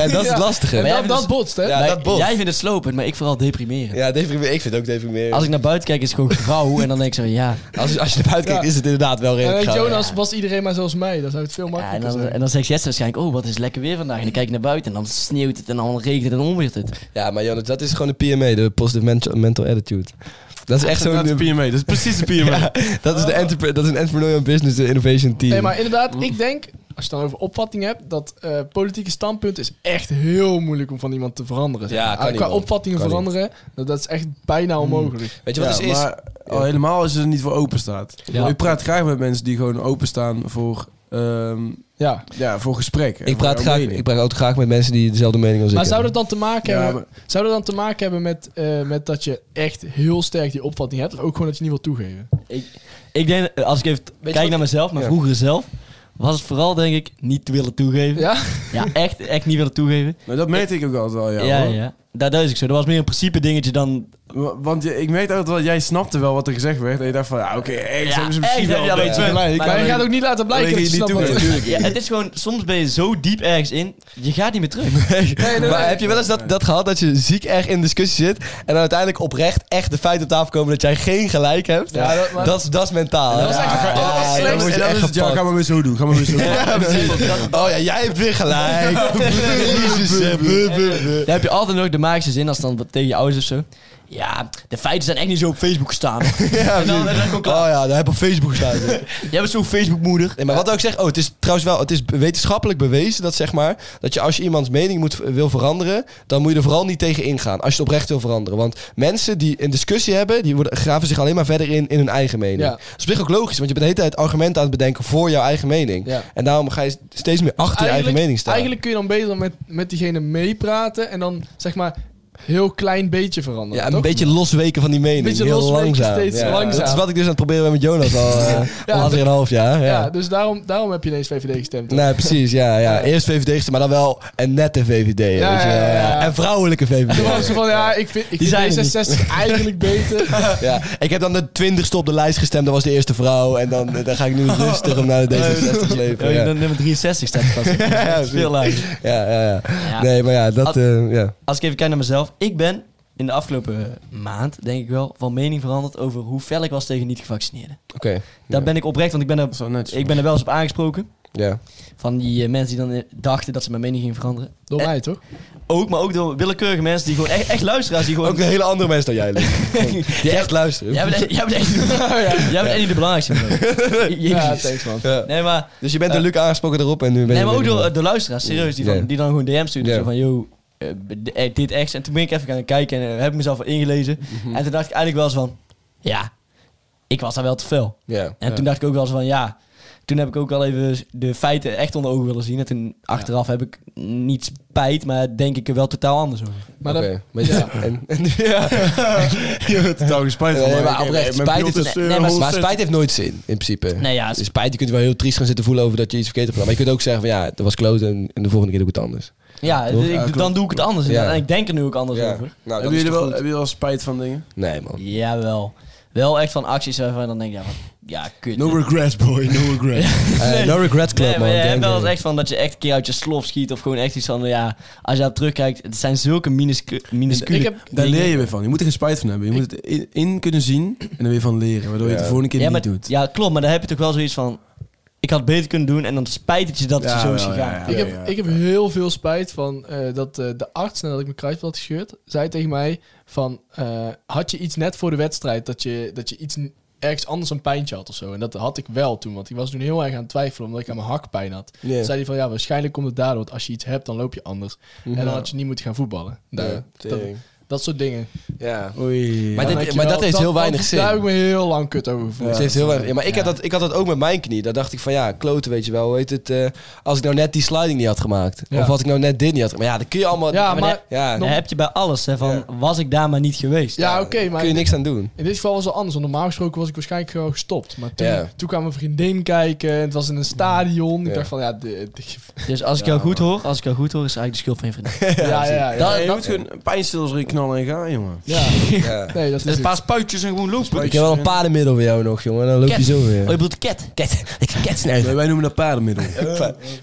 S2: En dat is het
S5: Ja.
S2: lastige.
S5: En
S3: Maar jij
S5: dat,
S3: bent
S5: dat
S3: dus-
S5: botst, hè?
S2: Ja,
S3: Wij-
S2: dat bot.
S3: Jij vindt het slopend, maar ik vooral deprimerend.
S2: Ja, deprimerend. Ik vind het ook deprimerend.
S3: Als ik naar buiten kijk is het gewoon grauw en dan denk ik zo, ja.
S2: Als, als je naar buiten kijkt,
S5: Ja.
S2: is het inderdaad wel
S5: En
S2: redelijk
S5: weet je,
S2: goud.
S5: Jonas was iedereen maar zoals mij. Dan zou het veel
S3: Ja, en,
S5: makkelijker
S3: dan,
S5: zijn.
S3: en dan zegt Jesse waarschijnlijk, oh wat is het lekker weer vandaag. En dan kijk ik naar buiten en dan sneeuwt het en dan regent het en onweert het.
S2: Ja, maar Jonas, dat is gewoon de PMA, de Positive Mental, mental Attitude. Dat is echt zo'n...
S4: Dat is PMA, dat is precies de PMA.
S2: Ja, dat is de entrepre- dat is een entrepreneurial business innovation team.
S5: Ah. Nee, maar inderdaad, ik denk, als je het dan over opvatting hebt, dat eh, politieke standpunt is echt heel moeilijk om van iemand te veranderen. zeg
S2: Ja,
S5: maar.
S2: kan niet, Hmm.
S5: Qua
S2: man.
S5: opvattingen
S2: Kan
S5: veranderen, dat, dat is echt bijna onmogelijk.
S2: Weet je wat
S4: Ja,
S2: het is?
S4: Maar al helemaal als je er niet voor open staat.
S3: Ja.
S4: Ik praat graag met mensen die gewoon openstaan voor, ehm
S5: Ja.
S4: ja, voor gesprekken.
S2: ik, praat graag, ik praat ook graag met mensen die dezelfde mening als
S5: Maar
S2: ik
S5: zou dat
S2: hebben.
S5: dan te maken
S4: Ja,
S5: hebben, zou dat dan te maken hebben met, eh, met dat je echt heel sterk die opvatting hebt? Of ook gewoon dat je niet wil toegeven?
S3: Ik denk, als ik even kijk
S2: wat-
S3: naar mezelf, mijn
S2: Ja.
S3: vroegere zelf, was het vooral denk ik niet willen toegeven. Ja,
S5: Ja?
S3: echt, echt niet willen toegeven.
S4: Maar dat merkte ik ook altijd wel, ja.
S3: Ja, ja.
S4: hoor.
S3: Dat, dat is ik zo. Dat was meer een principe dingetje dan...
S4: Wa- Want je- ik merkte altijd wel, jij snapte wel wat er gezegd werd. En je dacht van, ja, oké, ergens
S3: Ja,
S4: hebben ze misschien
S3: echt,
S4: wel
S3: ja,
S4: een
S3: weet
S4: beetje
S3: je wel.
S4: gelijk.
S3: Maar
S5: Maar je
S3: alleen-
S5: gaat ook niet laten blijken
S4: alleen
S5: dat je
S4: je
S5: snapt
S4: niet
S5: wat-
S4: toegeeft.
S3: Ja, het is gewoon, soms ben je zo diep ergens in, je gaat niet meer terug.
S2: maar heb je wel eens dat, dat gehad dat je ziek erg in discussie zit en dan uiteindelijk oprecht echt de feiten op tafel komen dat jij geen gelijk hebt?
S5: Ja, dat- maar-
S2: dat, is- dat is mentaal. hè?
S5: Dat is echt-
S2: Ja,
S5: dat is
S2: ja,
S5: echt
S2: dan
S5: slecht.
S2: word
S4: En
S2: je
S4: dan
S2: echt
S4: is het, ja,
S2: gepakt.
S4: ga maar weer zo doen. Ga maar weer zo doen.
S2: Ja, precies. Oh ja, jij hebt weer gelijk. Jezus, hè. Buh, buh, buh.
S3: Dan heb je altijd nog de magische zin als dan wat tegen je ouders of zo. Ja, de feiten zijn echt niet zo op Facebook gestaan.
S2: Ja,
S3: En dan-
S2: precies. Ah.
S3: en dan gewoon klaar.
S2: Oh ja, daar heb ik op Facebook gestaan.
S3: Jij bent zo'n Facebookmoeder.
S2: Nee, maar wat ook zeg, oh, het is trouwens wel, het is wetenschappelijk bewezen dat zeg maar, dat je als je iemands mening moet, wil veranderen, dan moet je er vooral niet tegen ingaan. Als je het oprecht wil veranderen. Want mensen die een discussie hebben, die worden, graven zich alleen maar verder in in hun eigen mening.
S5: Ja.
S2: Dat is op zich ook logisch, want je bent de hele tijd argumenten aan het bedenken voor jouw eigen mening.
S5: Ja.
S2: En daarom ga je steeds meer achter je eigen
S5: Eigenlijk-
S2: mening staan.
S5: Eigenlijk kun je dan beter met, met diegene meepraten en dan zeg maar heel klein beetje veranderen.
S2: ja, een
S5: toch?
S2: beetje losweken van die mening.
S5: Beetje
S2: Heel
S5: losweken,
S2: langzaam.
S5: steeds
S2: Ja.
S5: langzaam.
S2: Dat is wat ik dus aan het proberen ben met Jonas al eh,
S5: Ja,
S2: al
S5: dat-
S2: een half jaar.
S5: Ja,
S2: Ja.
S5: dus daarom, daarom heb je ineens VVD gestemd.
S2: Nee, precies, ja, ja. Eerst VVD, maar dan wel een nette VVD.
S5: Ja,
S2: weet je wel,
S5: ja, ja, ja.
S2: En vrouwelijke VVD.
S5: Toen was ze van, ja, ik vind, ik
S3: Die zijn er
S5: vind D66 eigenlijk beter.
S2: Ja, ik heb dan de twintigste op de lijst gestemd. Dat was de eerste vrouw. En dan, eh, dan ga ik nu rustig om naar de D66 leven.
S3: Ja.
S2: Ja,
S3: Nummer 63 staat vast.
S2: Ja,
S3: Dat is veel lager.
S2: ja, ja. ja.
S3: Ja.
S2: Nee, maar ja, dat...
S3: Ad-
S2: eh, ja.
S3: Als ik even kijk naar mezelf. Ik ben in de afgelopen eh, maand, denk ik wel, van mening veranderd over hoe fel ik was tegen niet-gevaccineerden.
S2: Oké.
S3: Daar
S2: Ja.
S3: ben ik oprecht, want ik ben, er,
S4: Dat is wel netjes.
S3: ik ben er wel eens op aangesproken.
S2: Ja.
S3: Van die eh, mensen die dan eh, dachten dat ze mijn mening gingen veranderen.
S5: Door
S3: Eh,
S5: mij, toch?
S3: Ook, maar ook door willekeurige mensen die gewoon echt, echt luisteraars. Die gewoon,
S2: Ook een hele andere mens dan jij, Luc. Die echt luisteren.
S3: jij, bent, echt- jij bent echt, jij bent echt niet de belangrijkste. bro. Je-
S5: Ja,
S3: Jezus.
S5: thanks man.
S2: Ja.
S3: Nee, maar
S2: Dus je bent door
S3: Eh,
S2: Luc aangesproken erop en nu ben je...
S3: Nee, maar ook
S2: weer-
S3: door de luisteraars, serieus, die, van,
S2: Ja.
S3: die dan gewoon DM sturen.
S2: Ja.
S3: Zo van, yo, eh, d- eh, dit echt. En toen ben ik even gaan kijken en eh, heb ik mezelf wel ingelezen.
S2: Mhm.
S3: En toen dacht ik eigenlijk wel eens van, ja, ik was daar wel te fel.
S2: Ja.
S3: En toen dacht ik ook wel eens van, ja, toen heb ik ook wel even de feiten echt onder ogen willen zien. En toen achteraf heb ik niet spijt, maar denk ik er wel totaal anders over.
S5: Maar
S2: Oké,
S5: dat,
S2: maar je-
S5: Ja.
S2: En, en- ja.
S4: Je hebt totaal geen spijt van.
S2: Nee,
S4: maar
S2: maar
S4: ik- ik-
S2: oprecht,
S4: mijn
S2: spijt
S4: beeld
S2: heeft-
S4: is,
S3: nee,
S4: eh,
S3: nee, maar
S2: Maar
S4: 160.
S2: spijt heeft nooit zin, in principe.
S3: Nee, ja,
S2: Dus Spijt, je kunt wel heel triest gaan zitten voelen over dat je iets verkeerd hebt gedaan. Maar je kunt ook zeggen van ja, dat was kloten en, en de volgende keer doe ik het anders.
S3: ja,
S2: Toch?
S3: ik-
S4: Ja, klopt.
S3: dan doe ik het anders.
S2: Ja.
S3: En ik denk er nu ook anders
S2: Ja.
S3: over.
S2: Nou, dat
S4: Hebben
S2: is
S4: jullie
S2: toch
S4: wel-
S2: goed?
S4: hebben jullie wel spijt van dingen?
S2: Nee man.
S3: Jawel. Wel echt van acties waarvan je dan denk ik, ja, van, ja kut.
S4: No regrets, boy. No regrets.
S2: Eh, no regret club
S3: Nee, maar
S2: man. eh,
S3: je
S2: Gang,
S3: hebt wel eens
S2: gang.
S3: echt van dat je echt een keer uit je slof schiet of gewoon echt iets van, ja, als je daarop terugkijkt, het zijn zulke minuscu minuscule
S5: ik heb,
S4: Daar
S3: dingen.
S4: leer je weer van. Je moet er geen spijt van hebben. Je moet het in, in kunnen zien en er weer van leren. Waardoor je het
S2: Ja.
S4: de volgende keer
S3: ja,
S4: niet
S3: maar,
S4: doet.
S3: Ja, klopt, maar dan heb je toch wel zoiets van, ik had beter kunnen doen en dan spijt het je dat
S4: Ja,
S3: het zo is
S4: wel,
S3: gegaan.
S4: ja, ja.
S5: Ik heb, ik heb heel veel spijt van eh, dat eh, de arts, nadat ik mijn kruidvat had gescheurd, zei tegen mij van, eh, had je iets net voor de wedstrijd, dat je, dat je iets n- ergens anders een pijntje had of zo. En dat had ik wel toen, want ik was toen heel erg aan het twijfelen, omdat ik aan mijn hak pijn had.
S2: Ja.
S5: Toen zei hij van, ja, waarschijnlijk komt het daardoor, want als je iets hebt, dan loop je anders. En dan had je niet moeten gaan voetballen. Nou,
S2: Ja,
S5: dat,
S2: tering.
S5: dat soort dingen.
S2: Ja.
S4: Oei.
S2: Maar,
S5: Dan
S2: dit-
S5: denk je
S2: maar
S5: wel,
S2: dat heeft heel weinig zin.
S5: Daar heb ik me heel lang kut over gevoeld.
S2: Het heeft heel weinig, ja, maar ik, had dat, ik had dat ook met mijn knie. Daar dacht ik van ja, kloten weet je wel. Hoe heet het? eh, als ik nou net die sliding niet had gemaakt.
S5: Ja.
S2: Of had ik nou net dit niet had gemaakt. Maar ja, dan kun je allemaal...
S5: Ja, maar...
S2: ja,
S3: Dan heb je bij alles, hè, van was ik daar maar niet geweest.
S5: Ja, oké, maar
S2: kun je niks aan doen.
S5: In dit geval was het anders, want normaal gesproken was ik waarschijnlijk gewoon gestopt. Maar toen,
S2: Ja.
S5: toen kwam mijn vriendin kijken, het was in een stadion. Ik
S2: Ja.
S5: dacht van, ja, de- de-
S3: Dus als ik jou goed hoor, als ik jou goed hoor, is het eigenlijk de schuld van je vriendin.
S5: ja, ja, ja, ja.
S4: je moet gewoon pijnstillers erin knallen en gaan, jongen.
S2: Ja.
S5: Nee, dat is
S4: Een paar
S5: het.
S4: spuitjes en gewoon lopen.
S2: Ik heb wel een paardenmiddel voor jou nog, jongen. Dan loop je
S3: Ket.
S2: zo
S3: Oh, je
S2: weer.
S3: bedoelt ket. Ket. Ik ket
S4: Nee, wij noemen dat paardenmiddel.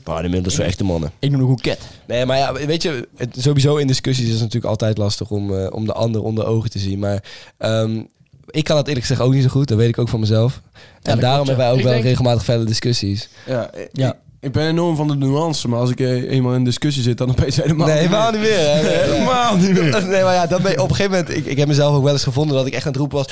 S2: Paardenmiddel is voor echte mannen.
S3: Ik noem nog goed ket.
S2: Nee, maar ja, weet je, het, sowieso in discussies is het natuurlijk altijd lastig om, eh, om de ander onder ogen te zien. Maar ehm, ik kan dat eerlijk gezegd ook niet zo goed. Dat weet ik ook van mezelf. en daarom hebben wij ook
S5: Ik
S2: wel
S5: denk-
S2: regelmatig felle discussies.
S4: Ja, ik-
S3: Ja.
S4: Ik, ik ben enorm van de nuance, maar als ik eh, eenmaal in discussie zit, dan opeens helemaal
S2: nee,
S4: niet meer.
S2: helemaal niet meer. hè. Nee,
S4: Helemaal niet meer.
S2: Nee, maar ja, dat ben je, op een gegeven moment... Ik, ik heb mezelf ook wel eens gevonden dat ik echt aan het roepen was...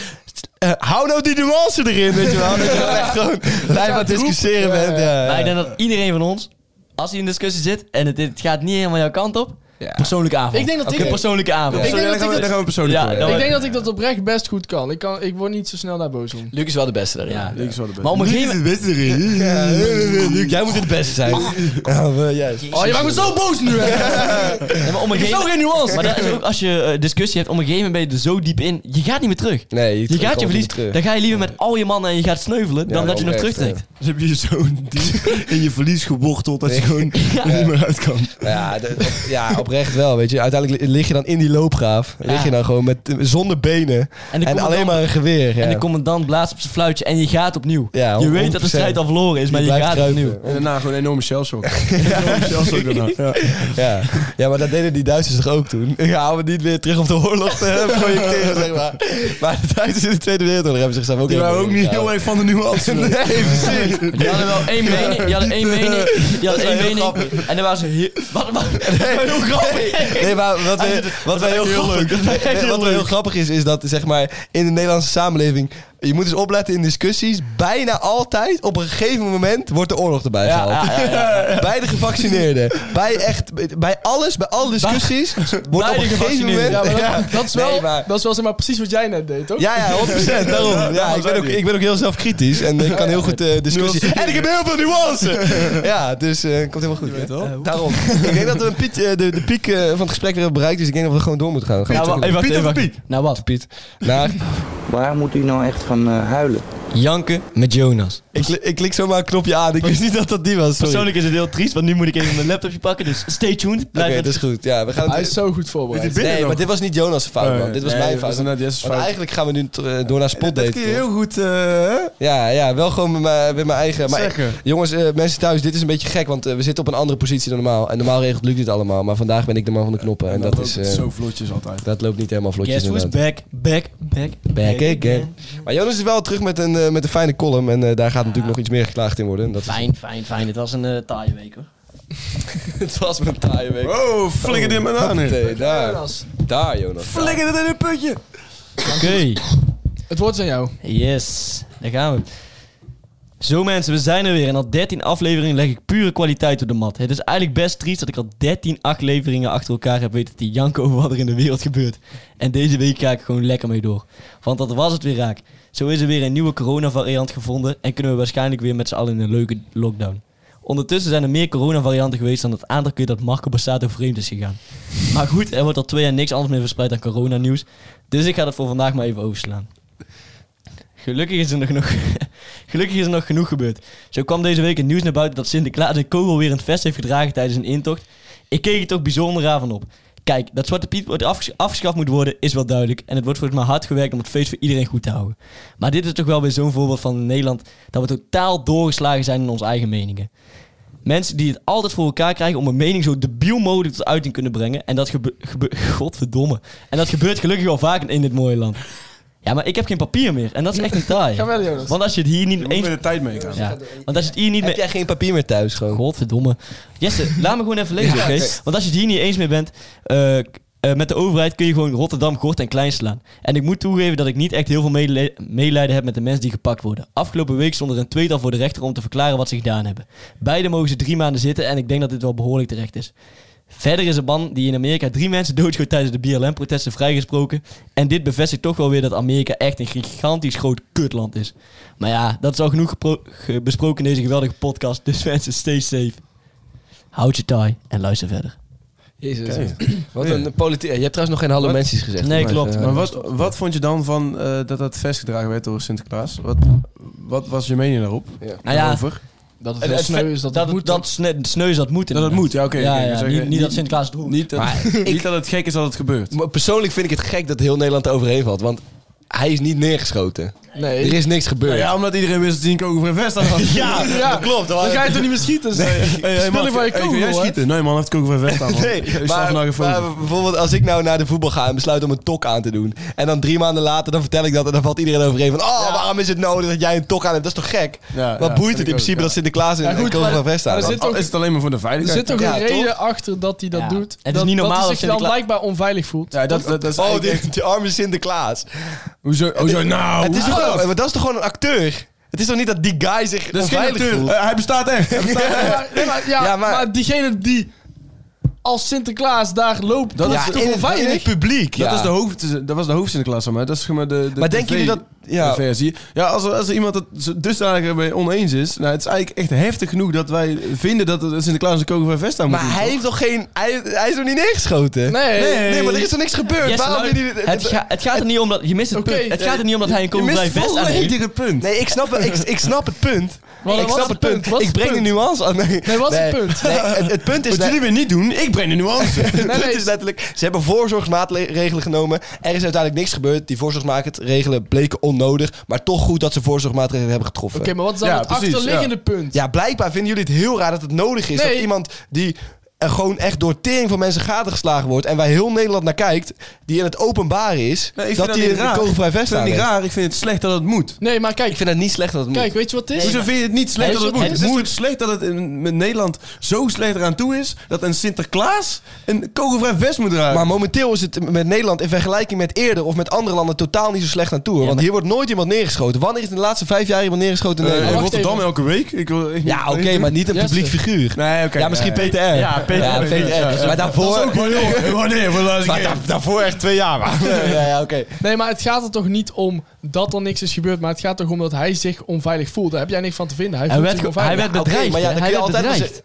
S2: eh, hou nou die nuance erin, weet je wel. Dat je dan echt gewoon blijf aan het discussiëren bent. Ja,
S3: Maar ik
S2: ja.
S3: denk dat iedereen van ons, als hij in discussie zit en het, het gaat niet helemaal jouw kant op, persoonlijke aanval.
S5: Ik denk dat
S3: Oké,
S5: ik-
S3: persoonlijke aanval.
S5: Ik denk
S4: Sorry,
S5: dat
S4: dan, gaan we,
S5: ik het-
S4: dan gaan we persoonlijk
S3: Ja,
S4: ja,
S3: dan-
S5: Ik denk dat ik dat oprecht best goed kan. Ik, kan, ik word niet zo snel daar boos om.
S2: Luc is wel de beste daarin.
S3: Ja.
S4: is wel de beste.
S3: Maar om een gegeven moment...
S2: beste erin. Luc, jij moet het beste zijn. Ja, maar juist.
S5: Oh, je maakt me zo boos nu, hè?
S3: Nee, maar om een
S5: Ik
S3: gegeven
S5: heb zo
S3: moment-
S5: geen nuance.
S3: Maar dat is ook als je eh, discussie hebt, om een gegeven moment ben je er zo diep in, je gaat niet meer terug.
S2: Nee,
S3: Je gaat je verliezen. Dan ga je liever met al je mannen en je gaat sneuvelen, dan dat je nog
S2: oprecht,
S3: terugtrekt.
S4: Dus heb je je zo diep in je verlies geworteld dat je gewoon er niet meer uit kan.
S2: Ja, de- op- ja, oprecht wel, weet je. Uiteindelijk li- lig je dan in die loopgraaf. Lig je dan gewoon met, zonder benen
S3: En,
S2: en,
S3: de
S2: alleen
S3: commandant-
S2: maar een geweer. Ja.
S3: En de commandant blaast op zijn fluitje en je gaat opnieuw.
S2: Ja,
S3: je weet dat de
S2: 100%.
S3: strijd al verloren is, maar je,
S2: blijft
S3: gaat
S2: kruipen.
S3: opnieuw.
S4: En daarna gewoon een enorme shellshock. enorme shellshock daarna. Ja.
S2: Ja. ja, maar dat deden die Duitsers toch ook toen? Gaan we niet weer terug op de oorlog te projecteren, zeg maar. Maar de Duitsers in de Tweede Wereldoorlog hebben zichzelf ook...
S4: Die waren ook niet heel erg van de nuance.
S2: Nee, precies.
S3: Die hadden wel één mening, die hadden één mening, die hadden één mening. En dan waren ze heel... Wat, wat, heel grappig.
S2: Nee, maar wat, we, wat, wij heel
S3: heel leuk.
S2: grappig,
S3: Dat is echt
S2: Nee,
S3: heel
S2: wat wel
S3: leuk.
S2: heel grappig is, is dat zeg maar, in de Nederlandse samenleving... Je moet eens opletten in discussies. Bijna altijd, op een gegeven moment, wordt de oorlog erbij
S3: Ja,
S2: gehaald.
S3: ja,
S2: Bij de gevaccineerden. bij, echt, bij alles, bij alle discussies... wordt
S3: bij
S2: op
S3: de
S2: een gegeven moment...
S3: gevaccineerden.
S5: Ja, maar dat, dat is wel,
S2: Nee, maar-
S5: dat is wel zeg maar, precies wat jij net deed, toch?
S2: Ja, ja, 100%. Daarom. Ja, ik, ben ook, ik ben ook heel zelfkritisch en ik kan heel goed eh discussie. En ik heb heel veel nuance. Ja, dus eh, komt helemaal goed. hè? Daarom. Ik denk dat we een piet, eh, de, de piek eh, van het gesprek weer hebben bereikt, dus ik denk dat we gewoon door moeten gaan. Gaan we
S3: Nou,
S2: het
S3: wa- even wachten,
S2: doen.
S3: even wachten. Nou wat?
S2: Piet. Naar,
S6: Waar moet u nou echt van eh, huilen?
S3: Janken met Jonas.
S2: ik, kli- ik klik zomaar een knopje aan. Ik wist niet dat dat die was. Sorry.
S3: Persoonlijk is het heel triest, want nu moet ik even mijn laptopje pakken. Dus stay tuned.
S2: Oké,
S3: Blijf
S2: dat is goed. Ja, we gaan
S5: Hij is
S2: het...
S5: zo goed voorbereid.
S4: binnen
S2: Nee,
S4: nog.
S2: maar dit was niet Jonas' fout, Oh, man. Dit was
S4: Nee,
S2: mijn
S4: dat
S2: fout.
S4: was inderdaad Jesse's
S2: Want
S4: fout.
S2: eigenlijk gaan we nu eh, door naar
S4: Dat
S2: spotdate.
S4: kun je
S2: toch?
S4: heel goed eh,
S2: Ja, ja, wel gewoon met mijn, met mijn eigen. Maar
S4: Zeggen.
S2: eh, jongens, eh, mensen thuis, dit is een beetje gek, want eh, we zitten op een andere positie dan normaal. En normaal regelt Luc dit allemaal, maar vandaag ben ik de man van de knoppen. en dat,
S4: loopt
S2: is,
S4: het
S2: eh,
S4: zo vlotjes altijd.
S2: dat loopt niet helemaal vlotjes
S3: Guess who's
S2: inderdaad.
S3: back, back, back,
S2: Back again. Maar Jonas is wel terug met een, eh, met een fijne column en eh, daar gaat natuurlijk nog iets meer geklaagd in worden. En Dat is-
S3: Fijn, fijn, fijn. Het was een eh, taaie week hoor.
S2: het was mijn taaie week.
S4: Oh, flikker dit maar aan. hè.
S2: Hoppatee, daar,
S5: Jonas,
S2: daar Jonas.
S4: Flikker dit in een putje.
S3: Oké.
S5: Het woord is aan jou.
S3: Yes, daar gaan we. Zo mensen, we zijn er weer. En al 13 afleveringen leg ik pure kwaliteit op de mat. Het is eigenlijk best triest dat ik al 13 afleveringen achter elkaar heb weten te janken over wat er in de wereld gebeurt. En deze week ga ik gewoon lekker mee door. Want dat was het weer raak. Zo is er weer een nieuwe coronavariant gevonden en kunnen we waarschijnlijk weer met z'n allen in een leuke lockdown. Ondertussen zijn er meer coronavarianten geweest dan het aantal keer dat Marco Bassato vreemd is gegaan. Maar goed, er wordt al twee jaar niks anders meer verspreid dan coronanieuws. Dus ik ga dat voor vandaag maar even overslaan. Gelukkig is, er nog, nog- gelukkig is er nog genoeg gebeurd. Zo kwam deze week het nieuws naar buiten dat Sinterklaas een kogel weer in het vest heeft gedragen tijdens een intocht. Ik keek er toch bijzonder raar van op. Kijk, dat Zwarte Piet wordt afges- afgeschaft moet worden is wel duidelijk. En het wordt voor het maar hard gewerkt om het feest voor iedereen goed te houden. Maar dit is toch wel weer zo'n voorbeeld van Nederland dat we totaal doorgeslagen zijn in onze eigen meningen. Mensen die het altijd voor elkaar krijgen om een mening zo debiel mogelijk tot uiting kunnen brengen. En dat gebeurt... Gebe- Godverdomme. En dat gebeurt gelukkig al vaak in dit mooie land. Ja, maar ik heb geen papier meer. En dat is echt een taai.
S5: Ga verder, Jonas.
S3: Want als je het hier
S4: Je
S3: niet
S4: moet met
S3: eens...
S4: de tijd meegaan.
S3: Ja. Want als je het hier niet
S2: Heb
S3: mee...
S2: jij geen papier meer thuis gewoon?
S3: Godverdomme. Jesse, laat me gewoon even lezen,
S2: Ja,
S3: oké?
S2: oké.
S3: Want als je het hier niet eens mee bent... eh, k- eh, met de overheid kun je gewoon Rotterdam kort en klein slaan. En ik moet toegeven dat ik niet echt heel veel meele- meelijden heb met de mensen die gepakt worden. Afgelopen week stond er een tweetal voor de rechter om te verklaren wat ze gedaan hebben. Beide mogen ze drie maanden zitten en ik denk dat dit wel behoorlijk terecht is. Verder is een man die in Amerika drie mensen doodschoot tijdens de BLM-protesten vrijgesproken. En dit bevestigt toch wel weer dat Amerika echt een gigantisch groot kutland is. Maar ja, dat is al genoeg gepro- ge- besproken in deze geweldige podcast. Dus mensen, stay safe. Houd je taai en luister verder.
S2: Jezus. Wat een politiek. Je hebt trouwens nog geen hallo mensies gezegd.
S3: Nee,
S2: Maar,
S3: klopt.
S2: eh,
S4: Maar wat, wat vond je dan van eh, dat dat vastgedragen werd door Sinterklaas? Wat, wat was je mening daarop?
S3: Nou ja,
S4: Over?
S5: Dat het heel sneu is, dat,
S3: dat,
S5: het moet.
S3: dat sne- sneu is dat moet.
S4: Dat het
S3: inderdaad.
S4: moet, ja, oké,
S3: ja,
S4: oké,
S3: ja,
S4: dus
S3: niet,
S4: ik-
S3: niet
S4: niet-
S3: dat Sinterklaas het hoeft.
S4: Niet dat, niet dat het gek is dat het gebeurt.
S2: Eh, Maar persoonlijk vind ik het gek dat heel Nederland er overheen valt. Want hij is niet neergeschoten.
S5: nee.
S2: Er is niks gebeurd.
S4: Nou ja, omdat iedereen wist dat hij een kogel voor een vest aan had.
S5: Ja, dat klopt.
S2: Dus
S5: Dan ga je toch niet meer schieten?
S4: Hey, hey,
S5: Spullen
S4: man,
S5: waar
S4: hey,
S5: je kogel
S4: kun jij
S5: hoor.
S4: schieten? Nee man, hij heeft kogel voor een vest aan. man.
S2: Nee,
S4: Ik sta
S2: maar,
S4: vandaag een foto.
S2: maar bijvoorbeeld als ik nou naar de voetbal ga en besluit om een tok aan te doen. En dan drie maanden later dan vertel ik dat en dan valt iedereen overheen van... Oh, waarom is het nodig dat jij een tok aan hebt? Dat is toch gek?
S4: Ja,
S2: Wat
S4: ja,
S2: boeit
S4: vind
S2: het
S4: ik
S2: in
S4: ook,
S2: principe
S4: ja.
S2: dat Sinterklaas en
S5: Ja,
S2: ja,
S5: goed, maar-
S2: van Vest aan?
S5: maar
S2: had?
S5: zit
S4: Al
S5: toch-
S4: is het alleen maar voor de
S5: Er
S4: veiligheid?
S5: zit toch
S2: Ja,
S5: een
S2: toch?
S5: reden achter dat hij dat
S3: Ja.
S5: doet.
S3: Het is
S5: dat,
S3: niet normaal
S5: Dat hij
S3: als
S5: zich dan
S3: Sinterklaas-
S5: blijkbaar onveilig voelt.
S4: Ja, dat, dat, dat is
S2: Oh,
S4: eigenlijk
S2: die, die arme Sinterklaas.
S4: echt- Hoezo, hoezo nou?
S2: het is
S4: hoezo?
S2: toch, maar dat is toch gewoon een acteur? Het is toch niet dat die guy zich
S4: Dat is geen
S2: onveilig
S4: acteur.
S2: voelt?
S4: Eh, hij bestaat echt. Hij bestaat
S5: Ja,
S4: echt.
S5: maar, nee, maar- ja,
S2: Ja, maar-
S5: maar, diegene die als Sinterklaas daar loopt, dat
S2: Ja,
S5: is toch
S2: in, het- in het
S5: onveilig?
S2: publiek, ja.
S4: Dat, is de hoofd, dat was de hoofd Sinterklaas van mij. Dat is zeg maar de, de
S2: Maar denken
S4: TV
S2: jullie dat- ja.
S4: versie. Ja, als er, als er iemand het zo- dusdanig ermee oneens is... Nou, het is eigenlijk echt heftig genoeg dat wij vinden dat het Sinterklaas een kogel van vest aan moet
S2: Maar
S4: doen,
S2: hij
S4: toch?
S2: heeft toch geen... Hij, hij is nog niet neergeschoten?
S5: Nee.
S2: Nee, maar er is toch niks gebeurd?
S3: Jesse,
S2: Waarom
S3: luid-
S2: wil je-
S3: het, ga- het gaat er niet om dat... Je mist het
S5: Oké,
S3: punt. Het
S5: eh,
S3: gaat er niet om dat hij een
S4: Je mist
S3: kogelvrij vest aan heeft.
S4: volledig het punt.
S2: Nee, ik snap, het- ik, ik snap het punt.
S5: Wat-
S2: ik
S5: wat
S2: snap
S5: is
S2: het
S5: het
S2: punt.
S5: punt? Wat is
S2: ik
S5: het
S2: breng de
S5: punt?
S2: nuance aan. Nee,
S5: Nee, wat is het
S2: Nee,
S5: punt?
S2: nee, het, het punt is...
S4: Wat
S2: net-
S4: jullie weer niet doen, ik breng de nuance.
S2: het
S5: Nee,
S2: punt
S5: nee.
S2: is letterlijk, ze hebben voorzorgsmaatregelen genomen. Er is uiteindelijk niks gebeurd. Die voorzorgsmaatregelen bleken onnodig. Maar toch goed dat ze voorzorgsmaatregelen hebben getroffen.
S5: Oké, maar wat is dan
S4: Ja,
S5: het
S4: precies,
S5: achterliggende punt?
S2: Ja, blijkbaar vinden jullie het heel raar dat het nodig is.
S5: Nee.
S2: Dat iemand die er gewoon echt door tering van mensen gaten geslagen wordt. En waar heel Nederland naar kijkt. Die in het openbaar is.
S4: Nee, ik
S2: dat
S4: vind dat
S2: die
S4: niet
S2: een
S4: raar.
S2: kogelvrij
S4: Ik
S2: vest
S4: vind
S2: aan
S4: het niet
S2: heeft.
S4: raar, ik vind het slecht dat het moet.
S5: Nee, maar kijk,
S2: Ik vind het niet slecht dat het moet.
S5: kijk, weet je wat het is?
S4: Hoezo vind je Dus het niet slecht
S5: Nee,
S4: dat het
S5: het-
S4: moet?
S5: het
S4: Het is natuurlijk slecht dat het in, in Nederland zo slecht eraan toe is... dat een Sinterklaas een kogelvrij vest moet dragen.
S2: Maar momenteel is het met Nederland in vergelijking met eerder of met andere landen totaal niet zo slecht aan toe. hoor. Want hier wordt nooit iemand neergeschoten. Wanneer is in de laatste vijf jaar iemand neergeschoten in
S4: Eh, in
S2: Nederland?
S5: wacht
S4: Rotterdam
S5: even.
S4: elke week. Ik wil, ik
S2: ja, oké, maar niet een
S5: Jesse.
S2: publiek figuur.
S4: Nee, oké. Eh,
S2: ja, misschien
S4: nee.
S2: PTR.
S4: Ja, PTR.
S2: Ja, PTR. Maar daarvoor...
S4: Wanneer? Oh, Voor de laatste
S2: Maar
S4: keer.
S2: daar- daarvoor echt twee jaar, maar. ja, ja, oké.
S5: Nee, maar het gaat er toch niet om dat er niks is gebeurd, maar het gaat toch om dat hij zich onveilig voelt. Daar heb jij niks van te vinden. Hij,
S3: Hij
S5: voelt
S3: werd
S5: zich
S3: ge- hij
S5: onveilig.
S3: werd bedreigd.
S2: maar ja,
S3: hè?
S2: dan
S3: hij
S2: kun je
S3: werd
S2: altijd...
S3: bedreigd.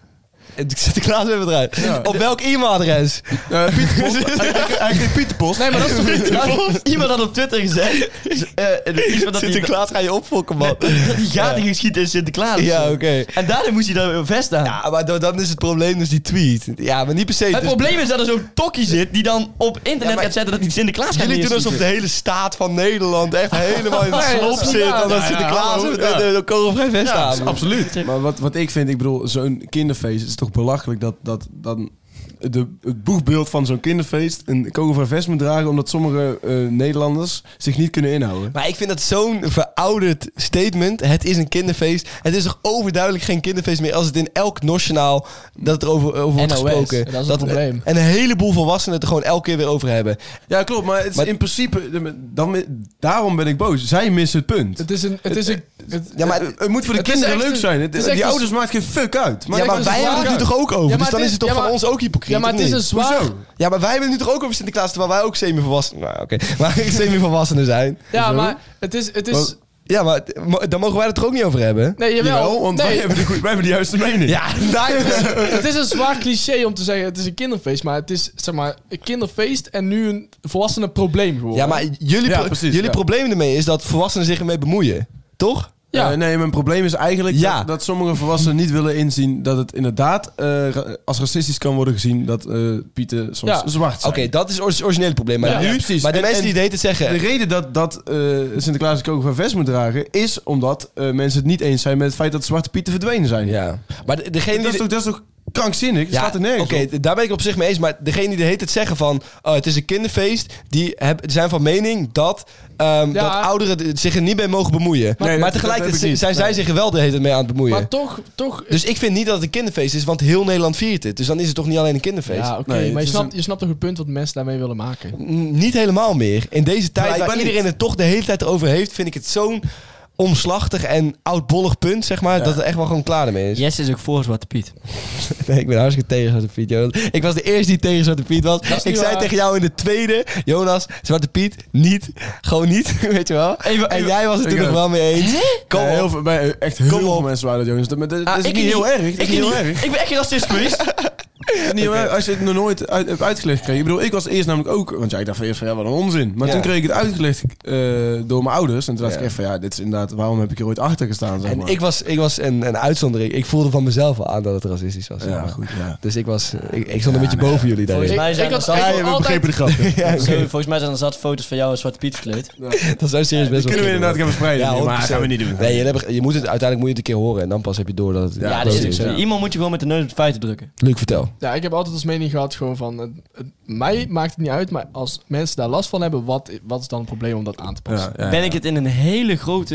S2: Ik zit de Klaas weer bedreigd. Op welk e-mailadres?
S4: Eh, Pieter Post. Hij- Hij kreeg Pieter Post.
S5: Nee, maar dat is toch niet...
S3: Ja, Iemand had op Twitter gezegd... eh, iets van dat hij-
S2: Sinterklaas ga je opfokken, man.
S3: Dat die gaten ging schieten in Sinterklaas.
S2: Ja, oké.
S3: En daardoor moest hij daar een vest aan.
S2: Ja, maar dan- dan is het probleem dus die tweet. Ja, maar niet per se.
S3: het
S2: dus-
S3: probleem is dat er zo'n tokkie zit die dan op internet
S2: maar-
S3: gaat zetten dat hij Sinterklaas gaat
S2: Jullie doen alsof
S3: neerschieten.
S2: de hele staat van Nederland echt helemaal in de
S5: Nee, dat
S2: slop
S5: is niet
S2: zit.
S5: waar.
S2: En dat
S4: Ja,
S2: Sinterklaas
S4: ja,
S2: met
S4: ja.
S2: de, de kogelvrij vest
S4: Ja,
S2: aan.
S4: absoluut. Maar wat, wat ik vind, ik bedoel, zo'n kinderfeest het is toch belachelijk dat, dat dan de, het boegbeeld van zo'n kinderfeest een kogelvrij vest moet dragen omdat sommige eh, Nederlanders zich niet kunnen inhouden.
S2: Maar ik vind dat zo'n verouderd statement. Het is een kinderfeest. Het is toch overduidelijk geen kinderfeest meer als het in elk nationaal dat er over, over wordt
S3: NOS,
S2: gesproken.
S5: dat is het probleem.
S2: En een heleboel volwassenen het er gewoon elke keer weer over hebben.
S4: Ja, klopt, maar, het is
S2: Maar-
S4: in principe, dan, daarom ben ik boos. Zij missen het punt.
S5: Het is een... Het is een het-
S2: Ja, maar,
S4: het, Eh, het moet voor de
S5: het is
S4: kinderen
S5: echt
S4: leuk
S5: een-
S4: zijn. Het-
S5: het is echt
S4: die
S5: een-
S4: ouders maakt geen fuck uit.
S2: ja,
S4: Maakt
S2: maar
S4: echt
S2: wij
S4: een
S2: hebben het nu
S4: fuck
S2: toch ook over?
S5: Ja,
S2: dus
S5: maar
S2: dan
S5: het
S2: is
S5: is-
S2: het toch
S5: ja,
S2: van
S5: maar-
S2: ons ook hypocriet?
S5: Ja, maar
S2: of
S5: het is
S2: niet?
S5: een zwaar...
S4: Hoezo?
S2: Ja, maar wij hebben het nu toch ook over Sinterklaas, terwijl wij ook semi-volwassenen... Nou, oké. Maar semi-volwassenen zijn.
S5: Ja, maar het is... Het is
S2: Wat? Ja, maar mo- daar mogen wij het er ook niet over hebben.
S5: Dus- nee, jawel.
S4: Jawel, want
S5: nee,
S4: wij, hebben de, goe- wij hebben de juiste mening.
S2: Ja, daar...
S5: het is een zwaar cliché om te zeggen het is een kinderfeest, maar het is zeg maar een kinderfeest en nu een volwassenen probleem geworden.
S2: Ja, maar jullie,
S4: Ja,
S2: pro-
S4: precies,
S2: jullie
S4: ja.
S2: probleem ermee is dat volwassenen zich ermee bemoeien. Toch?
S5: Ja.
S4: Eh, nee, mijn probleem is eigenlijk
S2: Ja.
S4: dat, dat sommige volwassenen niet willen inzien dat het inderdaad eh, ra- als racistisch kan worden gezien dat eh Pieten soms
S5: Ja.
S4: zwart
S2: Oké,
S4: zijn.
S2: dat is het originele probleem. Maar
S4: Ja,
S2: nu,
S4: ja, precies.
S2: maar de
S4: En-
S2: mensen
S4: en
S2: die deed het zeggen...
S4: De reden dat, dat eh, Sinterklaas een kogelvrij vest moet dragen is omdat eh, mensen het niet eens zijn met het feit dat zwarte Pieten verdwenen zijn.
S2: ja. Maar de- degene
S4: Dat,
S2: die...
S4: is toch, dat is toch krankzinnig? Dat
S2: ja,
S4: staat er nergens
S2: Oké,
S4: op.
S2: d- daar ben ik op zich mee eens. Maar degene die deed het zeggen van... oh, het is een kinderfeest, die heb, zijn van mening dat ehm,
S5: Ja.
S2: dat ouderen d- zich er niet mee mogen bemoeien.
S4: Maar-
S2: Maar,
S4: Nee, dat-
S2: tegelijkertijd
S4: dat heb ik niet.
S2: zijn zij
S4: Nee.
S2: zich er wel de hele tijd mee aan het bemoeien.
S5: Maar toch, toch
S2: dus ik vind niet dat het een kinderfeest is, want heel Nederland viert dit. Dus dan is het toch niet alleen een kinderfeest?
S5: Ja, oké,
S4: Nee, het
S5: maar je
S4: is
S5: snapt, je snapt toch het punt wat mensen daarmee willen maken?
S2: N- Niet helemaal meer. In deze tijd
S4: Blijkbaar
S2: waar
S4: niet.
S2: iedereen het toch de hele tijd over heeft, vind ik het zo'n omslachtig en oudbollig punt, zeg maar, dat het echt wel gewoon klaar ermee is.
S3: Yes is ook voor Zwarte Piet.
S2: Nee, ik ben hartstikke tegen Zwarte Piet, Jonas. Ik was de eerste die tegen Zwarte Piet was.
S5: is
S2: Ik
S5: niet
S2: zei
S5: waar.
S2: tegen jou in de tweede, Jonas, Zwarte Piet, niet. Gewoon niet, weet je wel.
S3: Even-
S2: en
S3: even-
S2: jij was het toen
S4: ik
S2: nog
S4: ook. Oh,
S2: wel mee eens. Kom op.
S4: Ja, Eh, heel veel, bij, echt heel
S2: Kom
S4: veel
S2: op.
S4: mensen waren dat, jongens. Dat, maar dat,
S3: Ah,
S4: dat is
S3: ik
S4: niet heel
S3: niet.
S4: erg. Dat is niet heel
S3: niet.
S4: erg.
S3: Ik ben echt geen racist geweest.
S4: Dat is niet heel erg als je het nog nooit uit, hebt uitgelegd gekregen. Ik bedoel, ik was eerst namelijk ook... Want ja, ik dacht van eerst van, ja, wat een onzin. Maar
S2: Ja.
S4: toen kreeg ik het uitgelegd eh, door mijn ouders. En toen dacht
S2: Ja.
S4: ik echt van, ja, dit is inderdaad... Waarom heb ik hier ooit achter gestaan, zeg
S2: En
S4: maar.
S2: ik was, ik was een, een uitzondering. Ik voelde van mezelf al aan dat het racistisch was. zeg
S4: Ja,
S2: maar.
S4: goed, ja.
S2: Dus ik, was, ik, ik stond een beetje boven jullie daarin.
S3: Volgens mij zijn
S5: ik
S3: er
S5: had,
S3: zat-
S5: ik
S3: Ja,
S5: had altijd,
S4: de grap.
S2: Ja, oké.
S3: Zo, volgens mij zijn er zat foto's van jou en Zwarte Piet verkleed.
S2: Dat zou serieus best
S4: Dat kunnen we
S2: wel
S4: inderdaad gaan verspreiden.
S2: Ja,
S4: Nee, maar
S2: 100%.
S4: dat gaan we niet doen.
S2: Nee, je, hebt- je moet het, uiteindelijk moet je het een keer horen en dan pas heb je door dat het
S4: Ja,
S3: Ja,
S4: dat
S3: dat
S4: is
S3: is
S4: ook zo.
S3: Iemand moet je wel met de neus op de feiten drukken.
S2: Leuk vertel.
S5: ja, ik heb altijd als mening gehad gewoon van... Het, het- mij maakt het niet uit, maar als mensen daar last van hebben... wat, wat is dan het probleem om dat aan te passen?
S4: Ja, ja.
S3: Ben ik het in een hele grote,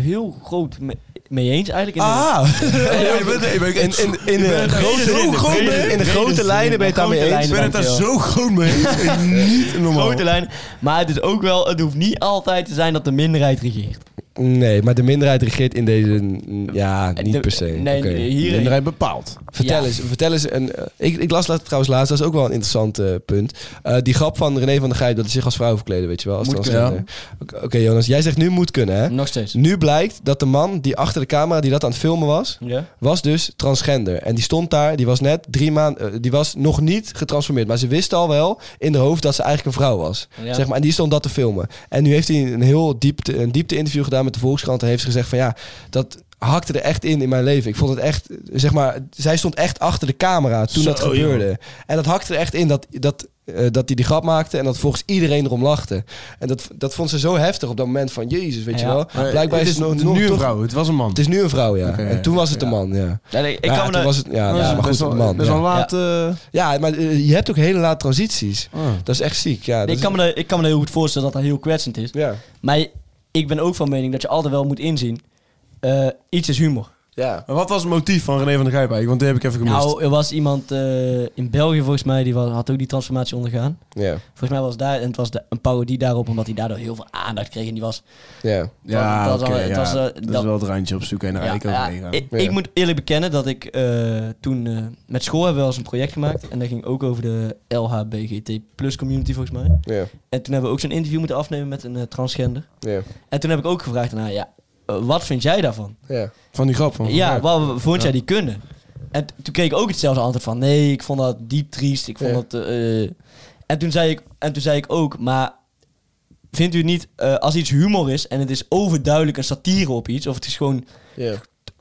S3: heel groot me- mee eens eigenlijk. In
S2: Ah,
S3: de-
S4: Ja, ik ben- ik ben-
S2: In, in, in, de
S4: het
S2: grote-
S4: zo
S2: in de
S4: groot mee-
S2: grote, in de grote lijnen ben je het daarmee
S3: Grote
S2: eens.
S4: Ik ben het daar
S3: Dankjewel.
S4: zo groot mee. eens. Niet normaal.
S3: grote lijn. Maar het is ook wel, het hoeft niet altijd te zijn dat de minderheid regeert.
S2: Nee, maar de minderheid regeert in deze... mm, Ja, niet
S3: De-
S2: per se.
S3: nee,
S2: Oké.
S3: hier-
S4: Minderheid bepaald.
S2: Vertel
S3: Ja.
S2: eens, vertel eens een, eh, ik, ik las laat, trouwens laatst, dat is ook wel een interessant eh, punt. Eh, die grap van René van der Gijp dat hij zich als vrouw verkleden, weet je wel. Als
S3: Moet
S2: transgender. Oké, oké, Jonas, jij zegt nu moet kunnen, hè?
S3: Nog steeds.
S2: Nu blijkt dat de man die achter de camera die dat aan het filmen was,
S3: Ja.
S2: was dus transgender. En die stond daar, die was net drie maanden, die was nog niet getransformeerd. Maar ze wist al wel in haar hoofd dat ze eigenlijk een vrouw was.
S3: Ja.
S2: Zeg maar, en die stond dat te filmen. En nu heeft hij een heel diepte, een diepte interview gedaan met de Volkskrant. En heeft ze gezegd van ja, dat hakte er echt in in mijn leven. Ik vond het echt, zeg maar, zij stond echt achter de camera toen
S4: Zo,
S2: dat gebeurde. En dat hakte er echt in dat, dat, eh, dat hij die grap maakte en dat volgens iedereen erom lachte. En dat, dat vond ze zo heftig op dat moment van jezus, weet
S3: Ja.
S2: je wel. Blijkbaar is
S4: het
S2: het nog,
S4: is
S2: nog
S4: nu een
S2: toch-
S4: vrouw. Het was een man.
S2: Het is nu een vrouw, ja.
S4: Oké,
S2: en toen
S4: ja,
S2: was het een man, ja.
S3: Ja, nee, ik
S2: Maar
S3: kan
S2: ja,
S3: me
S2: toen
S3: nou-
S2: was het, ja,
S4: Dat is
S2: ja, maar goed,
S4: best wel-
S2: een man.
S4: Best
S2: ja.
S4: wel laat. eh,
S2: Ja, maar eh, je hebt ook hele late transities.
S4: ah.
S2: Dat is echt ziek, ja. dat
S3: ik
S2: is-
S3: kan me nou- ik kan me nou heel goed voorstellen dat dat heel kwetsend is.
S2: ja.
S3: Maar ik ben ook van mening dat je altijd wel moet inzien. eh, iets is humor.
S2: ja.
S4: Maar wat was het motief van René van der Grijp eigenlijk? Want die heb ik even gemist.
S3: Nou, er was iemand eh, in België volgens mij, die wa- had ook die transformatie ondergaan.
S2: Ja,
S3: Volgens mij was daar, en het was de- een parodie daarop, omdat hij daardoor heel veel aandacht kreeg. En die was...
S2: ja.
S4: ja,
S3: dat was al-
S4: oké,
S3: het
S4: ja.
S3: was, eh,
S4: dat, is
S3: dat-
S4: wel het randje op zoek en naar
S3: Ja,
S4: Eiko
S3: ja,
S4: meegaan.
S3: Nou, ik,
S2: Ja.
S3: ik moet eerlijk bekennen dat ik eh, toen eh, met school hebben we wel eens een project gemaakt. En dat ging ook over de LHBGT plus community volgens mij.
S2: ja.
S3: En toen hebben we ook zo'n interview moeten afnemen met een eh, transgender.
S2: ja.
S3: En toen heb ik ook gevraagd, nou ja, eh, wat vind jij daarvan?
S2: Ja.
S4: Van die grap. Van Van
S3: Ja,
S4: Grijp.
S3: wat vond jij die kunnen? En t- toen kreeg ik ook hetzelfde antwoord van... Nee, ik vond dat diep triest. Ik vond
S2: Ja.
S3: dat... eh, eh. en, toen zei ik, en toen zei ik ook... Maar vindt u het niet... eh, als iets humor is en het is overduidelijk een satire op iets... Of het is gewoon
S2: Ja.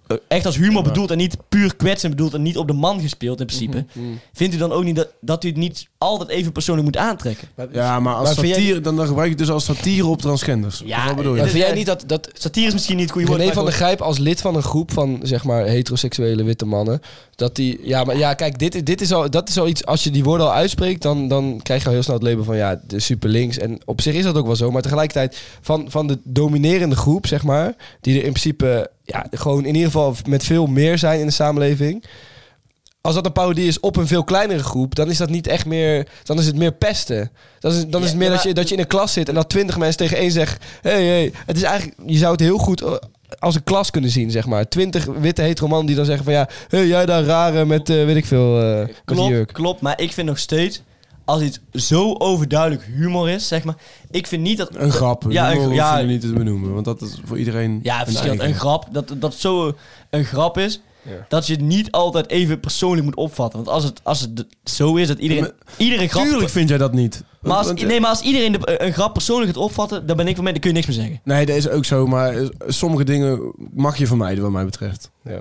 S3: eh, echt als humor bedoeld en niet puur kwetsend bedoeld... En niet op de man gespeeld in principe.
S2: Mhm.
S3: Vindt u dan ook niet dat, dat u het niet altijd even persoonlijk moet aantrekken?
S4: Ja, maar als
S2: Maar vind
S4: satire,
S2: jij-
S4: dan, dan gebruik je het dus als satire op transgenders.
S3: Ja,
S4: Ja, wat bedoel je?
S3: eh, dit-
S2: Maar vind jij niet dat, dat
S3: Satire is misschien niet het goede woord.
S2: René
S3: maar
S2: van der
S3: gewoon-
S2: Grijp als lid van een groep van zeg maar heteroseksuele witte mannen, dat die, ja, maar ja, kijk, dit, dit is al, dat is al iets, als je die woorden al uitspreekt, dan, dan krijg je al heel snel het label van ja, de super links. En op zich is dat ook wel zo, maar tegelijkertijd van, van de dominerende groep, zeg maar, die er in principe, ja, gewoon in ieder geval met veel meer zijn in de samenleving. Als dat een parodie is op een veel kleinere groep, dan is dat niet echt meer. Dan is het meer pesten. Dan is, dan is
S3: Ja,
S2: het meer dat,
S3: maar-
S2: je, dat je in een klas zit en dat twintig mensen tegen één zeggen: hey, hey. Het is eigenlijk, je zou het heel goed eh, als een klas kunnen zien, zeg maar. Twintig witte hetero mannen die dan zeggen van ja, hey, jij daar rare met eh, weet ik veel, eh met die
S3: Klopt,
S2: jurk.
S3: klopt, maar ik vind nog steeds... Als iets zo overduidelijk humor is, zeg maar... Ik vind niet dat...
S4: Een grap.
S3: Ja,
S4: Ja,
S3: een-
S4: ik
S3: ja.
S4: ja. niet te benoemen, want dat is voor iedereen
S3: Ja, verschillend. Een
S4: eigen.
S3: grap. Dat, dat zo een grap is. Dat je het niet altijd even persoonlijk moet opvatten. Want als het, als het d- zo is dat iedereen...
S4: Maar-
S3: iedere grap...
S4: Tuurlijk vind jij dat niet.
S3: maar als,
S4: Want- eh,
S3: nee, maar als iedereen de- eh, een grap persoonlijk gaat opvatten... dan ben ik van mij, dan kun je niks meer zeggen.
S4: nee, dat is ook zo, maar eh, sommige dingen mag je vermijden wat mij betreft.
S2: Ja.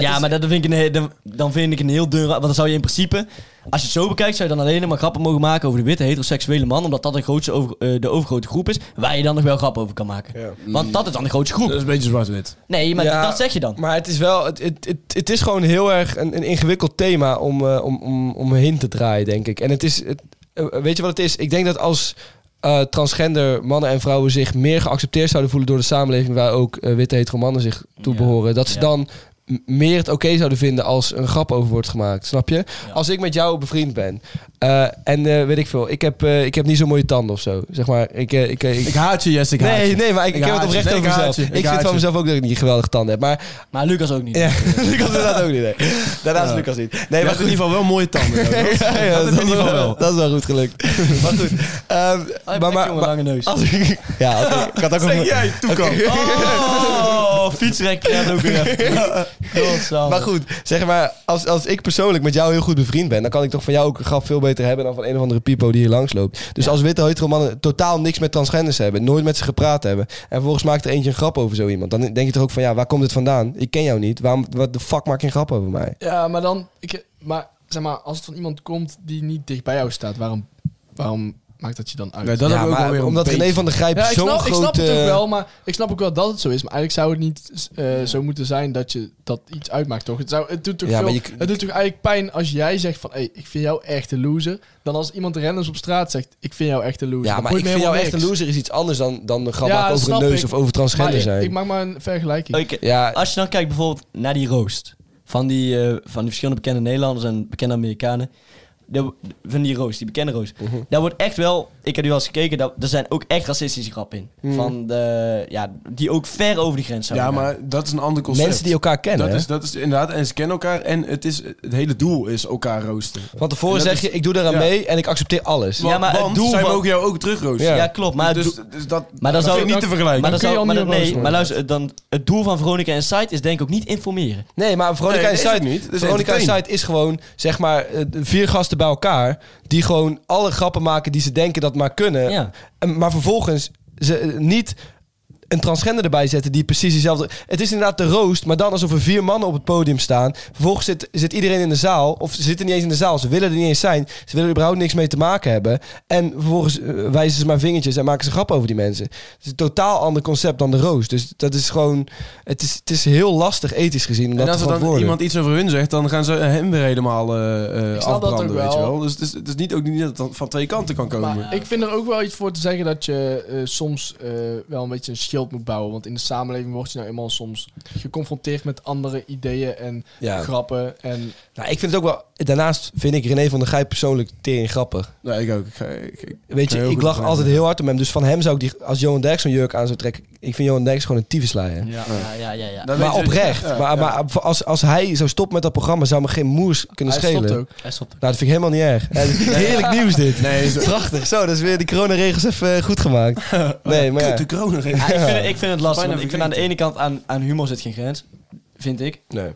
S3: Ja, maar dat vind ik een, he- dan, dan vind ik een heel dun... ra- Want dan zou je in principe... Als je het zo bekijkt, zou je dan alleen maar grappen mogen maken... over de witte heteroseksuele man. Omdat dat de, grootste over, eh, de overgrote groep is... waar je dan nog wel grappen over kan maken. Want dat is dan de grootste
S4: Dat
S3: groep.
S4: is een beetje zwart-wit.
S3: Nee, maar
S2: Ja,
S3: dat zeg je dan.
S2: Maar het is wel, het, het, het, het is gewoon heel erg een, een ingewikkeld thema om, eh, om, om, om heen te draaien, denk ik. En het is, het, eh, weet je wat het is? Ik denk dat als, eh, transgender mannen en vrouwen zich meer geaccepteerd zouden voelen door de samenleving waar ook eh, witte hetero mannen zich toe
S3: Ja.
S2: behoren. Dat ze
S3: Ja.
S2: dan m- meer het oké zouden vinden als een grap over wordt gemaakt. Snap je?
S3: Ja.
S2: Als ik met jou bevriend ben eh, en eh, weet ik veel, ik heb, eh, ik heb niet zo mooie tanden of zo. Zeg maar, ik, eh, ik, eh, ik,
S4: Ik haat je, Jess. Ik haat
S2: Nee,
S4: je.
S2: nee, maar ik,
S4: Ik
S2: ik heb het
S4: haat je.
S2: oprecht
S4: Nee,
S2: over
S4: ik haat
S2: mezelf.
S4: je.
S2: Ik,
S4: Ik haat
S2: vind van
S4: je.
S2: mezelf ook dat ik niet geweldige tanden heb. Maar
S3: Maar Lucas ook niet. Oh,
S2: ja, Lucas inderdaad ook niet. nee. Daarnaast
S4: Ja.
S2: Lucas niet. Nee,
S4: Ja,
S2: maar
S4: goed, in
S2: goed.
S4: ieder geval wel mooie tanden.
S2: Ja,
S4: Dat-
S2: ja,
S4: dat in ieder geval
S2: wel-
S4: wel.
S2: dat is wel goed gelukt. maar goed. ehm,
S3: Hij
S2: maar, maar,
S3: jongen,
S2: maar-
S3: lange neus.
S2: als ik, ja, als ik, ik had ook
S4: Zeg
S2: een-
S4: jij, Toekan.
S3: Oh, fietsrek. Ja, dat ook weer. Godzame.
S2: Oh. Maar goed, zeg maar, als, als ik persoonlijk met jou heel goed bevriend ben, dan kan ik toch van jou ook een grap veel beter hebben dan van een of andere pipo die hier langs loopt. Dus als witte hetero mannen totaal niks met transgenders hebben, nooit met ze gepraat hebben, en vervolgens maakt er eentje een grap over zo iemand, dan denk je toch ook van ja, waar komt dit vandaan? Ik ken jou niet, waarom, wat de fuck maak je een grap over mij?
S5: Ja, maar dan... Ik, maar zeg maar, als het van iemand komt die niet dicht bij jou staat, waarom, waarom maakt dat je dan uit?
S4: Nee, dat
S2: ja,
S4: heb ik ook
S2: maar
S4: wel weer een
S2: omdat René
S4: beetje.
S2: van der Grijp
S5: ja, ik
S2: zo'n
S5: snap,
S2: grote...
S5: ik snap het ook wel, maar ik snap ook wel dat het zo is. Maar eigenlijk zou het niet eh, zo moeten zijn dat je dat iets uitmaakt, toch? Het, zou, het, doet, toch
S2: Ja,
S5: veel,
S2: maar je-
S5: het doet toch eigenlijk pijn als jij zegt van... Hey, ik vind jou echt een loser. Dan als iemand randoms op straat zegt, ik vind jou echt een loser.
S2: Ja,
S5: Dat
S2: maar
S5: boeit
S2: ik
S5: me
S2: vind jou
S5: helemaal
S2: echt een
S5: niks.
S2: loser is iets anders dan, dan een grap
S5: Ja,
S2: maken
S5: dat
S2: over een
S5: snap
S2: neus
S5: ik.
S2: of over transgender
S5: Maar
S2: zijn.
S5: ik, ik maak Ah, maar een vergelijking.
S3: Oké,
S2: ja,
S3: Als je dan kijkt bijvoorbeeld naar die roost van die, eh, van die verschillende bekende Nederlanders en bekende Amerikanen. De, van die roost, die bekende roost.
S4: Mhm.
S3: Daar wordt echt wel, ik heb nu wel eens gekeken, daar, er zijn ook echt racistische grappen in. Van de, ja, die ook ver over de grens zijn.
S4: Mhm. Ja, maar dat is een ander concept.
S2: mensen die elkaar kennen.
S4: dat
S2: hè?
S4: is, dat is inderdaad, en ze kennen elkaar en het, is, het hele doel is elkaar roosten.
S2: Van tevoren
S4: En dat
S2: zeg je, ik doe daaraan
S4: ja.
S2: mee en ik accepteer alles.
S3: Ja, maar het
S4: Want
S3: doel
S4: zij
S3: van-
S4: mogen jou ook terugroosten.
S3: ja.
S2: Ja.
S3: klopt. Maar, het
S4: dus,
S3: doel-
S4: dus dat,
S3: maar dan
S4: dat
S3: zou
S4: vind ik niet te vergelijken.
S3: Maar, dan
S5: kun je
S3: zou,
S5: al
S3: maar, dan,
S5: niet roos
S3: nee, maar
S5: worden.
S3: luister, dan, het doel van Veronica en Sight is denk ik ook niet informeren.
S2: Nee, maar Veronica
S4: Nee,
S2: en
S4: dat is
S2: Zuid
S4: het niet. Het is
S2: Veronica en
S4: entertainment.
S2: Zuid is gewoon, zeg maar, eh, vier gasten bij elkaar. Die gewoon alle grappen maken die ze denken dat maar kunnen.
S3: Ja.
S2: En- Ehm, Maar vervolgens ze eh, niet een transgender erbij zetten die precies dezelfde... Het is inderdaad de roost, maar dan alsof er vier mannen op het podium staan. Vervolgens zit, zit iedereen in de zaal, of ze zitten niet eens in de zaal. Ze willen er niet eens zijn. Ze willen er überhaupt niks mee te maken hebben. En vervolgens eh, wijzen ze maar vingertjes en maken ze grappen over die mensen. Het is een totaal ander concept dan de roost. Dus dat is gewoon... Het is, het is heel lastig ethisch gezien om dat
S4: en
S2: te
S4: als er dan
S2: verantwoorden.
S4: iemand iets over hun zegt, dan gaan ze hem weer helemaal eh eh
S5: Ik snap dat
S4: afbranden,
S5: ook
S4: weet je
S5: wel.
S4: wel. Dus het is, het is niet, ook niet dat het van twee kanten kan komen.
S5: Maar ik vind er ook wel iets voor te zeggen dat je eh, soms eh, wel een beetje een schild moet bouwen. Want in de samenleving word je nou eenmaal soms geconfronteerd met andere ideeën en
S2: Ja.
S5: grappen. En
S2: Nou, ik vind het ook wel... Daarnaast vind ik René van der Gijp persoonlijk tering grappig.
S4: nee, ik ook. Ik ga- ik- ik-
S2: Weet je,
S4: Heel
S2: ik
S4: goed
S2: lach
S4: begrepen.
S2: altijd heel hard om hem. Dus van hem zou ik die... Als Johan Derks zo'n jurk aan zou trekken... Ik vind Johan Derks gewoon een tyfuslijer.
S3: Ja, ja, ja. ja, ja.
S4: dan
S2: Maar
S4: weet je-
S2: oprecht.
S4: ja,
S2: maar
S4: ja.
S2: maar als, als hij zou stoppen met dat programma... zou me geen moers kunnen
S5: hij
S2: schelen.
S5: stopt ook.
S3: Hij stopt.
S2: Nou, dat vind ik helemaal niet erg. Ja, dit- Heerlijk nieuws dit.
S4: Nee, zo-
S2: Prachtig. Zo, dat is weer die coronaregels even eh, goed gemaakt. Nee, maar ja.
S4: Kut, de corona.
S3: Ja, ik, vind, ik vind het lastig.
S4: Bijna
S3: want ik vind aan de ene kant aan, aan humor zit geen grens. Vind ik.
S2: Nee.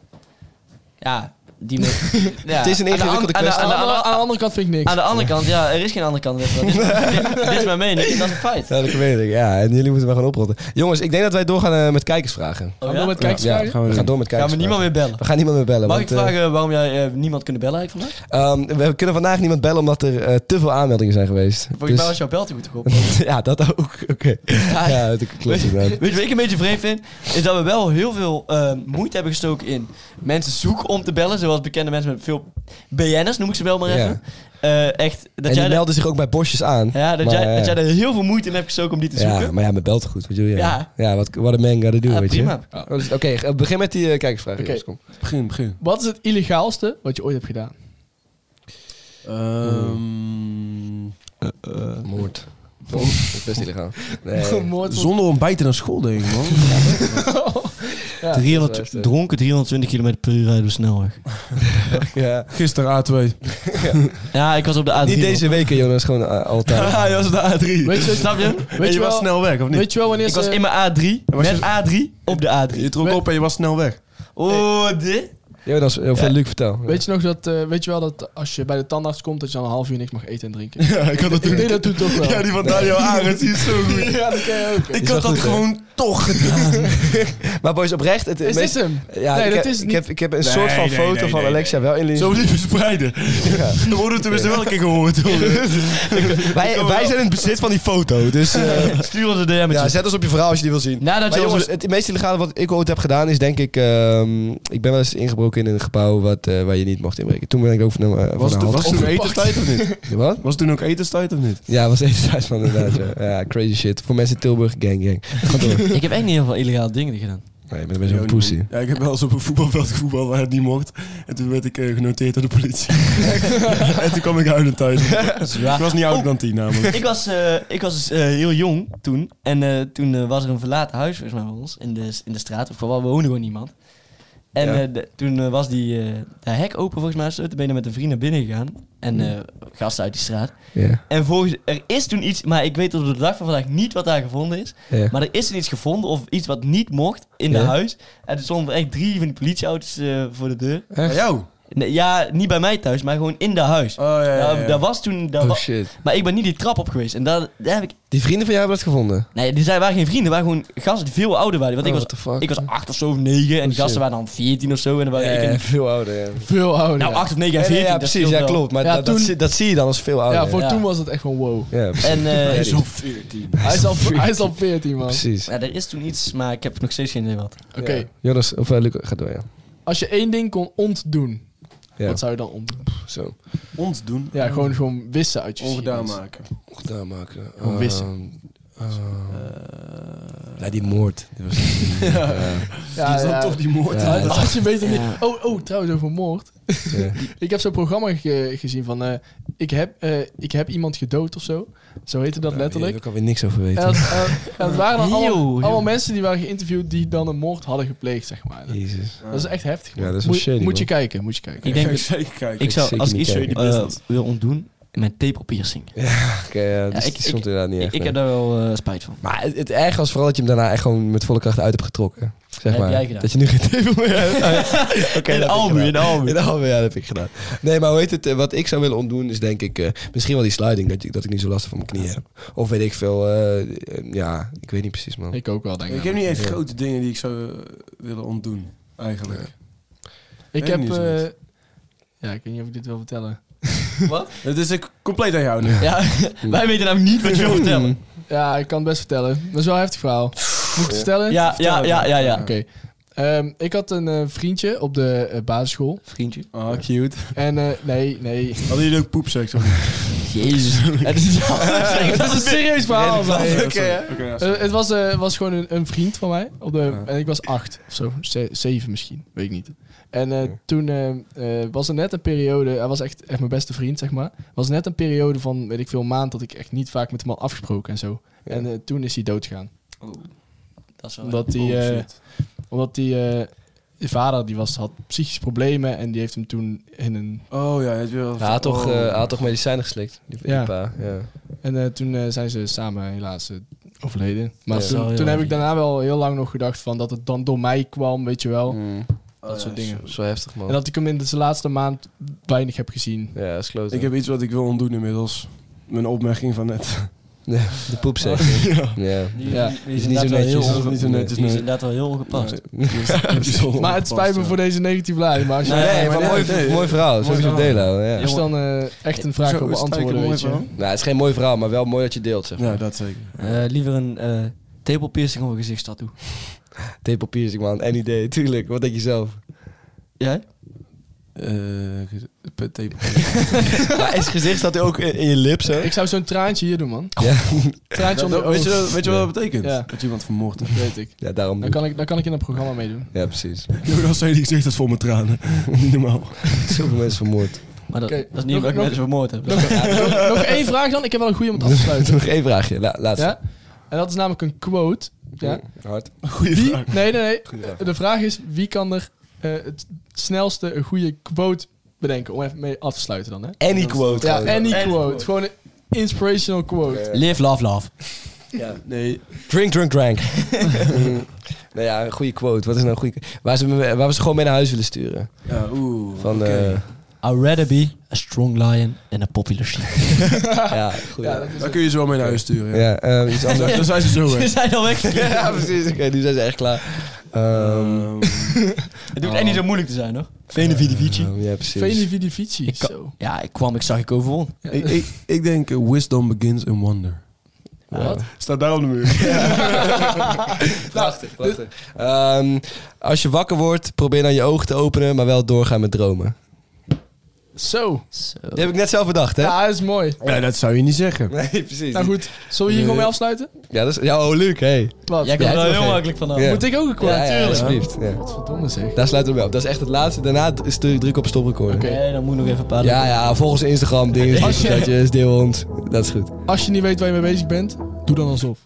S3: Ja, die moet- ja.
S2: Het is een
S3: Aan de
S2: ingewikkelde
S3: an- aan de-
S2: kwestie.
S5: Aan,
S3: aan de- aan de-
S5: de andere kant vind ik niks.
S3: Aan de andere kant, ja, er is geen andere kant. Dit is, dit- dit is mijn mening, dat is een feit.
S2: Ja, dat weet ik. Ja, en jullie moeten maar gaan oprotten. Jongens, ik denk dat wij doorgaan eh, met kijkersvragen.
S5: Gaan we door met kijkers
S2: Oh Ja,
S5: vragen?
S2: gaan we, gaan door met kijkersvragen.
S3: Gaan we niemand meer bellen?
S2: We gaan niemand meer bellen.
S3: Mag ik
S2: want, eh,
S3: vragen waarom jij eh, niemand kunnen bellen eigenlijk vandaag?
S2: Ehm, we kunnen vandaag niemand bellen omdat er eh, te veel aanmeldingen zijn geweest.
S3: Volgens
S2: Dus-
S3: mij was jouw belt er goed op.
S2: ja, dat ook. Oké. Ja, dat klopt inderdaad.
S3: Weet je wat ik een beetje vreemd vind? Is dat we wel heel veel eh, moeite hebben gestoken in mensen zoeken om te bellen. Zoals bekende mensen met veel BN'ers, noem ik ze wel maar
S2: Ja.
S3: even. Eh, echt, dat
S2: en
S3: jij,
S2: die
S3: daar-
S2: melden zich ook bij bosjes aan.
S3: ja, dat,
S2: maar,
S3: jij, dat
S2: eh,
S3: jij er heel veel moeite in hebt gestoken om die te zoeken.
S2: ja, maar ja, mijn belt goed. Wat doe je?
S3: Ja.
S2: Ja, wat wat een man gotta do,
S3: Ja,
S2: weet
S3: prima.
S2: je. Oh, dus- Oké, eh, begin met die eh, kijkersvraag.
S5: Oké.
S2: jongens, kom.
S4: Begin, begin.
S5: Wat is het illegaalste wat je ooit hebt gedaan?
S4: Ehm,
S2: Moord. Dat is best illegaal. Nee.
S5: Moord op-
S4: Ehm, zonder ontbijten naar school, denk ik, man.
S5: Ja,
S3: 300
S2: dat is wel echt, eh.
S3: dronken 320 km per uur rijden op de snelweg.
S2: ja.
S4: Gisteren A2.
S3: Ja, ik was op de A3.
S2: Niet deze weken, Jonas. Gewoon eh, altijd.
S3: Ja, je was op de A3.
S5: Weet je-
S3: Snap je?
S4: En
S5: Weet je, wel,
S4: snel weg, of
S5: weet je wel wanneer
S3: Ik was
S5: ze-
S3: in mijn A3,
S4: was
S3: met
S4: je-
S3: A3, op de A3.
S4: Je trok op en je was snel weg.
S3: Oh, dit?
S2: Jonas, eh, of
S3: Ja.
S2: Luc, vertel.
S5: Weet je nog dat, eh, weet je wel dat als je bij de tandarts komt, dat je dan een half uur niks mag eten en drinken?
S4: Ja, ik had dat
S5: ik deed dat toen toch wel.
S4: die van Daniel Arends, die is zo goed.
S5: Ja, dat ken je ook.
S4: Ik
S2: Is
S4: had
S2: wel
S4: dat
S2: goed, hè?
S4: gewoon toch gedaan.
S2: Maar boys, oprecht. Het
S5: Is dit
S2: meest-
S5: hem?
S2: ja,
S5: Nee,
S2: ik,
S5: dat
S2: heb,
S5: is
S2: ik,
S5: niet-
S2: heb, ik heb een soort van
S4: nee,
S2: foto
S4: nee,
S2: van
S4: nee,
S2: Alexia wel in
S4: Zo niet verspreiden. Dan worden we tenminste wel een keer gehoord.
S2: Wij, wij zijn in het bezit van die foto, dus... eh,
S3: Stuur ons een DM'tje.
S2: Ja, zet ons op je verhaal als je die wil zien.
S3: Nadat
S2: Maar
S3: je
S2: jongens,
S3: ons...
S2: het meest illegale wat ik ooit heb gedaan is denk ik... ehm, ik ben wel eens ingebroken in een gebouw wat, eh, waar je niet mocht inbreken. Toen ben ik over naar eh, voor
S4: Was,
S2: naar
S4: het- was
S2: Hans-
S4: het toen etenstijd of niet?
S2: Wat?
S4: Was het toen ook etenstijd of niet?
S2: Ja, was even thuis van inderdaad. ja. Ja, crazy shit. Voor mensen in Tilburg, gang gang. Ga door. Nee,
S3: Ik heb echt niet heel veel illegale dingen gedaan.
S2: maar dan ben je zo'n pussy.
S4: Ja, ik heb wel eens op een voetbalveld gevoetbald waar het niet mocht. En toen werd ik eh, genoteerd door de politie. en toen kwam ik huilend thuis. Ik was niet ouder dan tien namelijk.
S3: ik was, eh, ik was dus, eh, heel jong toen. En eh, toen eh, was er een verlaten huis volgens mij bij ons in de, in de straat. Of waar woonde gewoon niemand. En
S2: Ja.
S3: eh, de- toen eh, was die eh, de hek open volgens mij. Zo. Toen ben je met een vriend naar binnen gegaan. En eh, gasten uit die straat.
S2: Ja.
S3: En volgens, er is toen iets, maar ik weet tot op de dag van vandaag niet wat daar gevonden is.
S2: Ja.
S3: Maar er is toen iets gevonden of iets wat niet mocht in de
S2: Ja.
S3: huis. En er stonden echt drie van die politieauto's eh, voor de deur.
S4: Bij jou?
S3: Nee, ja, niet bij mij thuis, maar gewoon in de huis.
S4: Oh ja, ja,
S3: Nou,
S4: ja.
S3: dat was toen... dat
S2: Oh
S3: wa-
S2: shit.
S3: maar ik ben niet die trap op geweest. En daar, daar heb ik...
S2: Die vrienden van jou hebben dat gevonden?
S3: Nee, die zijn, waren geen vrienden. waren gewoon gasten die veel ouder waren. Want
S2: Oh,
S3: ik,
S2: what the
S3: was,
S2: fuck,
S3: ik was
S2: hè?
S3: acht of zo, of negen. En die
S2: shit.
S3: gasten waren dan veertien of zo. En dan waren ik en-
S2: veel ouder, ja.
S5: Veel ouder.
S3: nou,
S5: ja.
S3: acht of negen en
S2: Ja,
S3: veertien. dat
S2: precies.
S3: scheelt
S2: Ja,
S3: wel.
S2: klopt. Maar
S5: Ja,
S2: dat, dat
S5: toen-
S2: zie- dat zie je dan als veel ouder.
S5: ja, voor
S3: ja.
S5: toen was het echt gewoon wow.
S2: Ja, precies.
S3: En eh,
S2: Weet ik.
S5: Hij is al, hij is al 14, man. Oké,
S2: Precies.
S3: ja, er is toen iets, maar ik heb nog steeds geen idee wat.
S2: Ja. Jonas, of eh, Luc, ga door, ja.
S5: als je één ding kon ontdoen,
S2: Ja,
S5: wat zou je dan ontdoen?
S2: zo.
S4: Ons doen.
S5: Ja, gewoon, gewoon wissen uit je
S4: Ongedaan
S5: geschiedenis.
S4: maken.
S2: Ongedaan maken.
S5: Gewoon
S2: Ehm,
S5: wissen.
S2: ehm,
S3: Eh.
S2: ja, die moord. Die was-
S5: Ja,
S4: dus dan
S5: ja.
S4: toch die moord.
S2: Ja,
S5: Dat
S2: dat-
S5: had je beter
S3: Ja.
S5: niet. Oh, oh, trouwens, over moord.
S2: ja.
S5: Ik heb zo'n programma ge- gezien van... eh, ik, heb, eh, ik heb iemand gedood of zo. Zo heette dat
S2: Ja,
S5: letterlijk.
S2: Daar kan weer niks over
S5: En
S2: weten.
S5: dat, eh, en dat waren dan allemaal,
S3: Yo, yo.
S5: allemaal mensen die waren geïnterviewd... die dan een moord hadden gepleegd, zeg maar.
S2: Jezus.
S5: Dat is echt heftig. man.
S2: Ja, dat is wel
S5: moet,
S2: shady,
S5: moet je
S2: man.
S5: kijken, moet je kijken.
S3: Ik denk,
S4: Ga ik zeker kijken.
S3: ik zou,
S2: zeker
S3: als ik
S2: niet Oh,
S3: iets
S2: kijken.
S3: eh,
S4: Die business.
S3: wil ontdoen, mijn tape op piercing.
S2: Oké, ja, die-
S3: Ja, ik-
S2: die stond inderdaad niet
S3: Ik,
S2: echt.
S3: ik
S2: nee.
S3: heb daar wel eh, spijt van.
S2: Maar het, het erg was vooral dat je hem daarna echt gewoon met volle kracht uit hebt getrokken. Zeg
S3: heb
S2: maar.
S3: jij gedaan.
S2: Dat je nu geen tepel meer hebt. Oké,
S3: in
S2: dat heb ik
S3: Almu,
S2: gedaan.
S3: in Almu.
S2: In de hal, ja, dat heb ik gedaan. Nee, maar hoe heet het? eh, Wat ik zou willen ontdoen is denk ik eh, misschien wel die sliding. Dat, ik- dat ik niet zo last van mijn knieën heb. Of weet ik veel. eh, eh, ja, ik weet niet precies man.
S5: Ik ook wel, denk ik.
S4: Ik heb niet echt
S2: Ja.
S4: grote dingen die ik zou eh, willen ontdoen, eigenlijk.
S5: Ik
S4: Weet
S5: heb...
S4: niet zo
S5: eh,
S4: goed.
S5: ja, ik weet niet of ik dit wil vertellen.
S4: Het is eh, compleet aan jou nu.
S3: Ja, wij weten namelijk niet wat je wil
S2: Hmm.
S3: vertellen.
S5: Ja, ik kan het best vertellen. Dat is wel een heftig verhaal. Moet ik het vertellen?
S3: Ja, ja, ja, ja, ja.
S5: Oké. Ehm, ik had een eh, vriendje op de eh, basisschool.
S3: Vriendje.
S4: Ah, cute.
S5: En eh, nee, nee.
S4: Hadden jullie ook poepseks of niet?
S3: Jezus. Het is
S5: Het is een serieus verhaal. man.
S4: Oké,
S5: Eh, het was, eh, was gewoon een, een vriend van mij. Op de,
S4: Ja.
S5: En ik was acht of zo. ze- zeven misschien. Weet ik niet. En eh, toen eh, eh, was er net een periode... Hij was echt, echt mijn beste vriend, zeg maar. was net een periode van, weet ik veel, een maand... dat ik echt niet vaak met hem had afgesproken en zo.
S2: Ja.
S5: En eh, toen is hij doodgegaan.
S3: Dat is Oh, wel...
S5: Omdat hij...
S2: Oh,
S5: eh, omdat hij... eh, de vader die was, had psychische problemen en die heeft hem toen in een...
S4: Oh ja, het wil.
S2: Hij had toch,
S4: oh.
S2: eh, hij had toch medicijnen geslikt? Die, die
S5: Ja.
S2: pa, ja.
S5: En eh, toen eh, zijn ze samen helaas eh, overleden. Maar
S2: Ja.
S3: Dat is wel
S5: toen,
S3: heel
S5: toen heb
S3: erg.
S5: ik daarna wel heel lang nog gedacht van dat het dan door mij kwam, weet je wel.
S2: Mm,
S4: Oh, ja,
S5: soort dingen.
S4: sorry.
S2: zo heftig man.
S5: En dat ik hem in de laatste maand weinig heb gezien.
S2: ja, dat is kloten.
S4: Ik heb iets wat ik wil ontdoen inmiddels. Mijn opmerking van net.
S2: Ja, de poep zeg.
S4: ja.
S2: Ja.
S3: Die,
S5: Ja.
S3: die, die
S2: Is
S3: is
S2: niet zo
S3: inderdaad wel heel
S2: netjes.
S4: Dat is niet zo
S3: Die
S4: netjes,
S3: is
S4: nee.
S3: inderdaad wel heel ongepast.
S5: Maar het spijt me voor deze negatieve lijn. Maar als je,
S2: Nee,
S4: Nee,
S2: maar
S4: nee,
S2: mooi,
S4: nee.
S2: mooi verhaal.
S4: Mooi
S2: Sowieso
S4: verhaal.
S2: delen. Ja.
S5: als je dan eh, echt een vraag wil beantwoorden, weet je.
S2: Nou, het is geen mooi verhaal, maar wel mooi dat je deelt. Zeg.
S4: Ja, dat zeker.
S3: Eh, liever een eh tepelpiercing of een gezichtstattoo.
S2: Tepelpiercing man, any day, tuurlijk. Wat denk je zelf?
S3: Jij?
S2: maar is gezicht staat ook in, in je lip zo?
S5: Ik zou zo'n traantje hier doen, man.
S2: Ja.
S5: Traantje onder
S4: Nou, weet, je,
S5: oog.
S4: wat- weet je wat dat betekent?
S5: Oh. Ja.
S4: Dat iemand vermoord heeft.
S5: Weet ik.
S2: Ja, daarom.
S5: Dan kan ik, dan kan ik in dat programma meedoen.
S2: Ja, precies.
S4: Jonas zei die zegt dat vol mijn tranen. Niet normaal.
S2: Zoveel mensen vermoord.
S3: Maar dat,
S5: Oké,
S3: dat is niet
S5: nog-
S3: wat ik
S5: nog-
S3: mensen vermoord heb.
S5: Nog, nog, nog één vraag dan. Ik heb wel een goede om het af te sluiten.
S2: Oh, Nog één vraagje, La, laatste.
S5: Ja? En dat is namelijk een quote. Ja?
S2: Hard.
S4: Goeie
S5: Wie,
S4: vraag.
S5: nee, nee, nee.
S2: Goeie vraag.
S5: De vraag is, wie kan er eh, het snelste een goede quote bedenken? Om even mee af te sluiten dan, hè?
S2: Any quote.
S5: Ja,
S2: gewoon.
S5: any
S3: Any
S5: quote.
S3: quote.
S5: Gewoon een inspirational quote.
S2: Ja.
S3: Live, love, love.
S4: Nee,
S2: Drink, drink, drink. Mm. nou ja, een goede quote. Wat is nou een goede... Waar ze, me- waar we ze gewoon mee naar huis willen sturen.
S4: ja, oeh.
S2: Van,
S4: oké.
S2: eh,
S3: I'd rather be a strong lion than a popular sheep.
S2: eh, ja, goed.
S5: Ja,
S2: Ja,
S5: dat is
S4: Daar
S5: het.
S4: kun je zo mee naar huis sturen. Ja.
S2: eh, iets
S4: Dan
S2: anders.
S4: dan zijn ze zo
S3: Ze
S4: weg.
S3: zijn al weg.
S2: ja, precies. Oké, nu zijn ze echt klaar. Ehm
S4: Ehm,
S3: Het hoeft echt niet zo moeilijk te zijn, hoor. Vene Vidi Vici.
S2: ja, precies.
S5: Veni Vidi Vici.
S3: Ik kan-
S5: Zo.
S3: Ja, ik kwam, ik zag, ik overwon.
S4: ik, ik, ik denk eh, wisdom begins in wonder.
S5: Wat?
S4: Staat daar op de muur.
S2: Prachtig,
S4: Nou,
S2: prachtig. Ehm, als je wakker wordt, probeer dan je ogen te openen, maar wel doorgaan met dromen.
S5: Zo.
S2: Die heb ik net zelf bedacht, hè?
S5: Ja, dat is mooi.
S4: Ja, dat zou je niet zeggen.
S2: Nee, precies.
S5: Nou goed, zullen we hier gewoon mee afsluiten?
S2: Ja, dat is, ja, oh, Luc, hey.
S5: Wat?
S3: Jij komt
S2: Ja,
S3: er wel
S2: toch,
S3: heel
S2: hè?
S3: makkelijk vanaf.
S2: Ja.
S5: Moet ik ook een kwaad?
S2: Ja, ja,
S5: Tuurlijk.
S2: alsjeblieft. Ja.
S5: Godverdomme zeg.
S2: Daar sluiten we mee op. Dat is echt het laatste. Daarna is druk druk op stoprecord.
S5: Oké.
S3: Nee, dan moet nog even een paar
S2: Ja, ja, volgens Instagram, dingen,
S5: Als je-
S2: schatjes, deel ons. Dat is goed.
S5: Als je niet weet waar je mee bezig bent, doe dan alsof.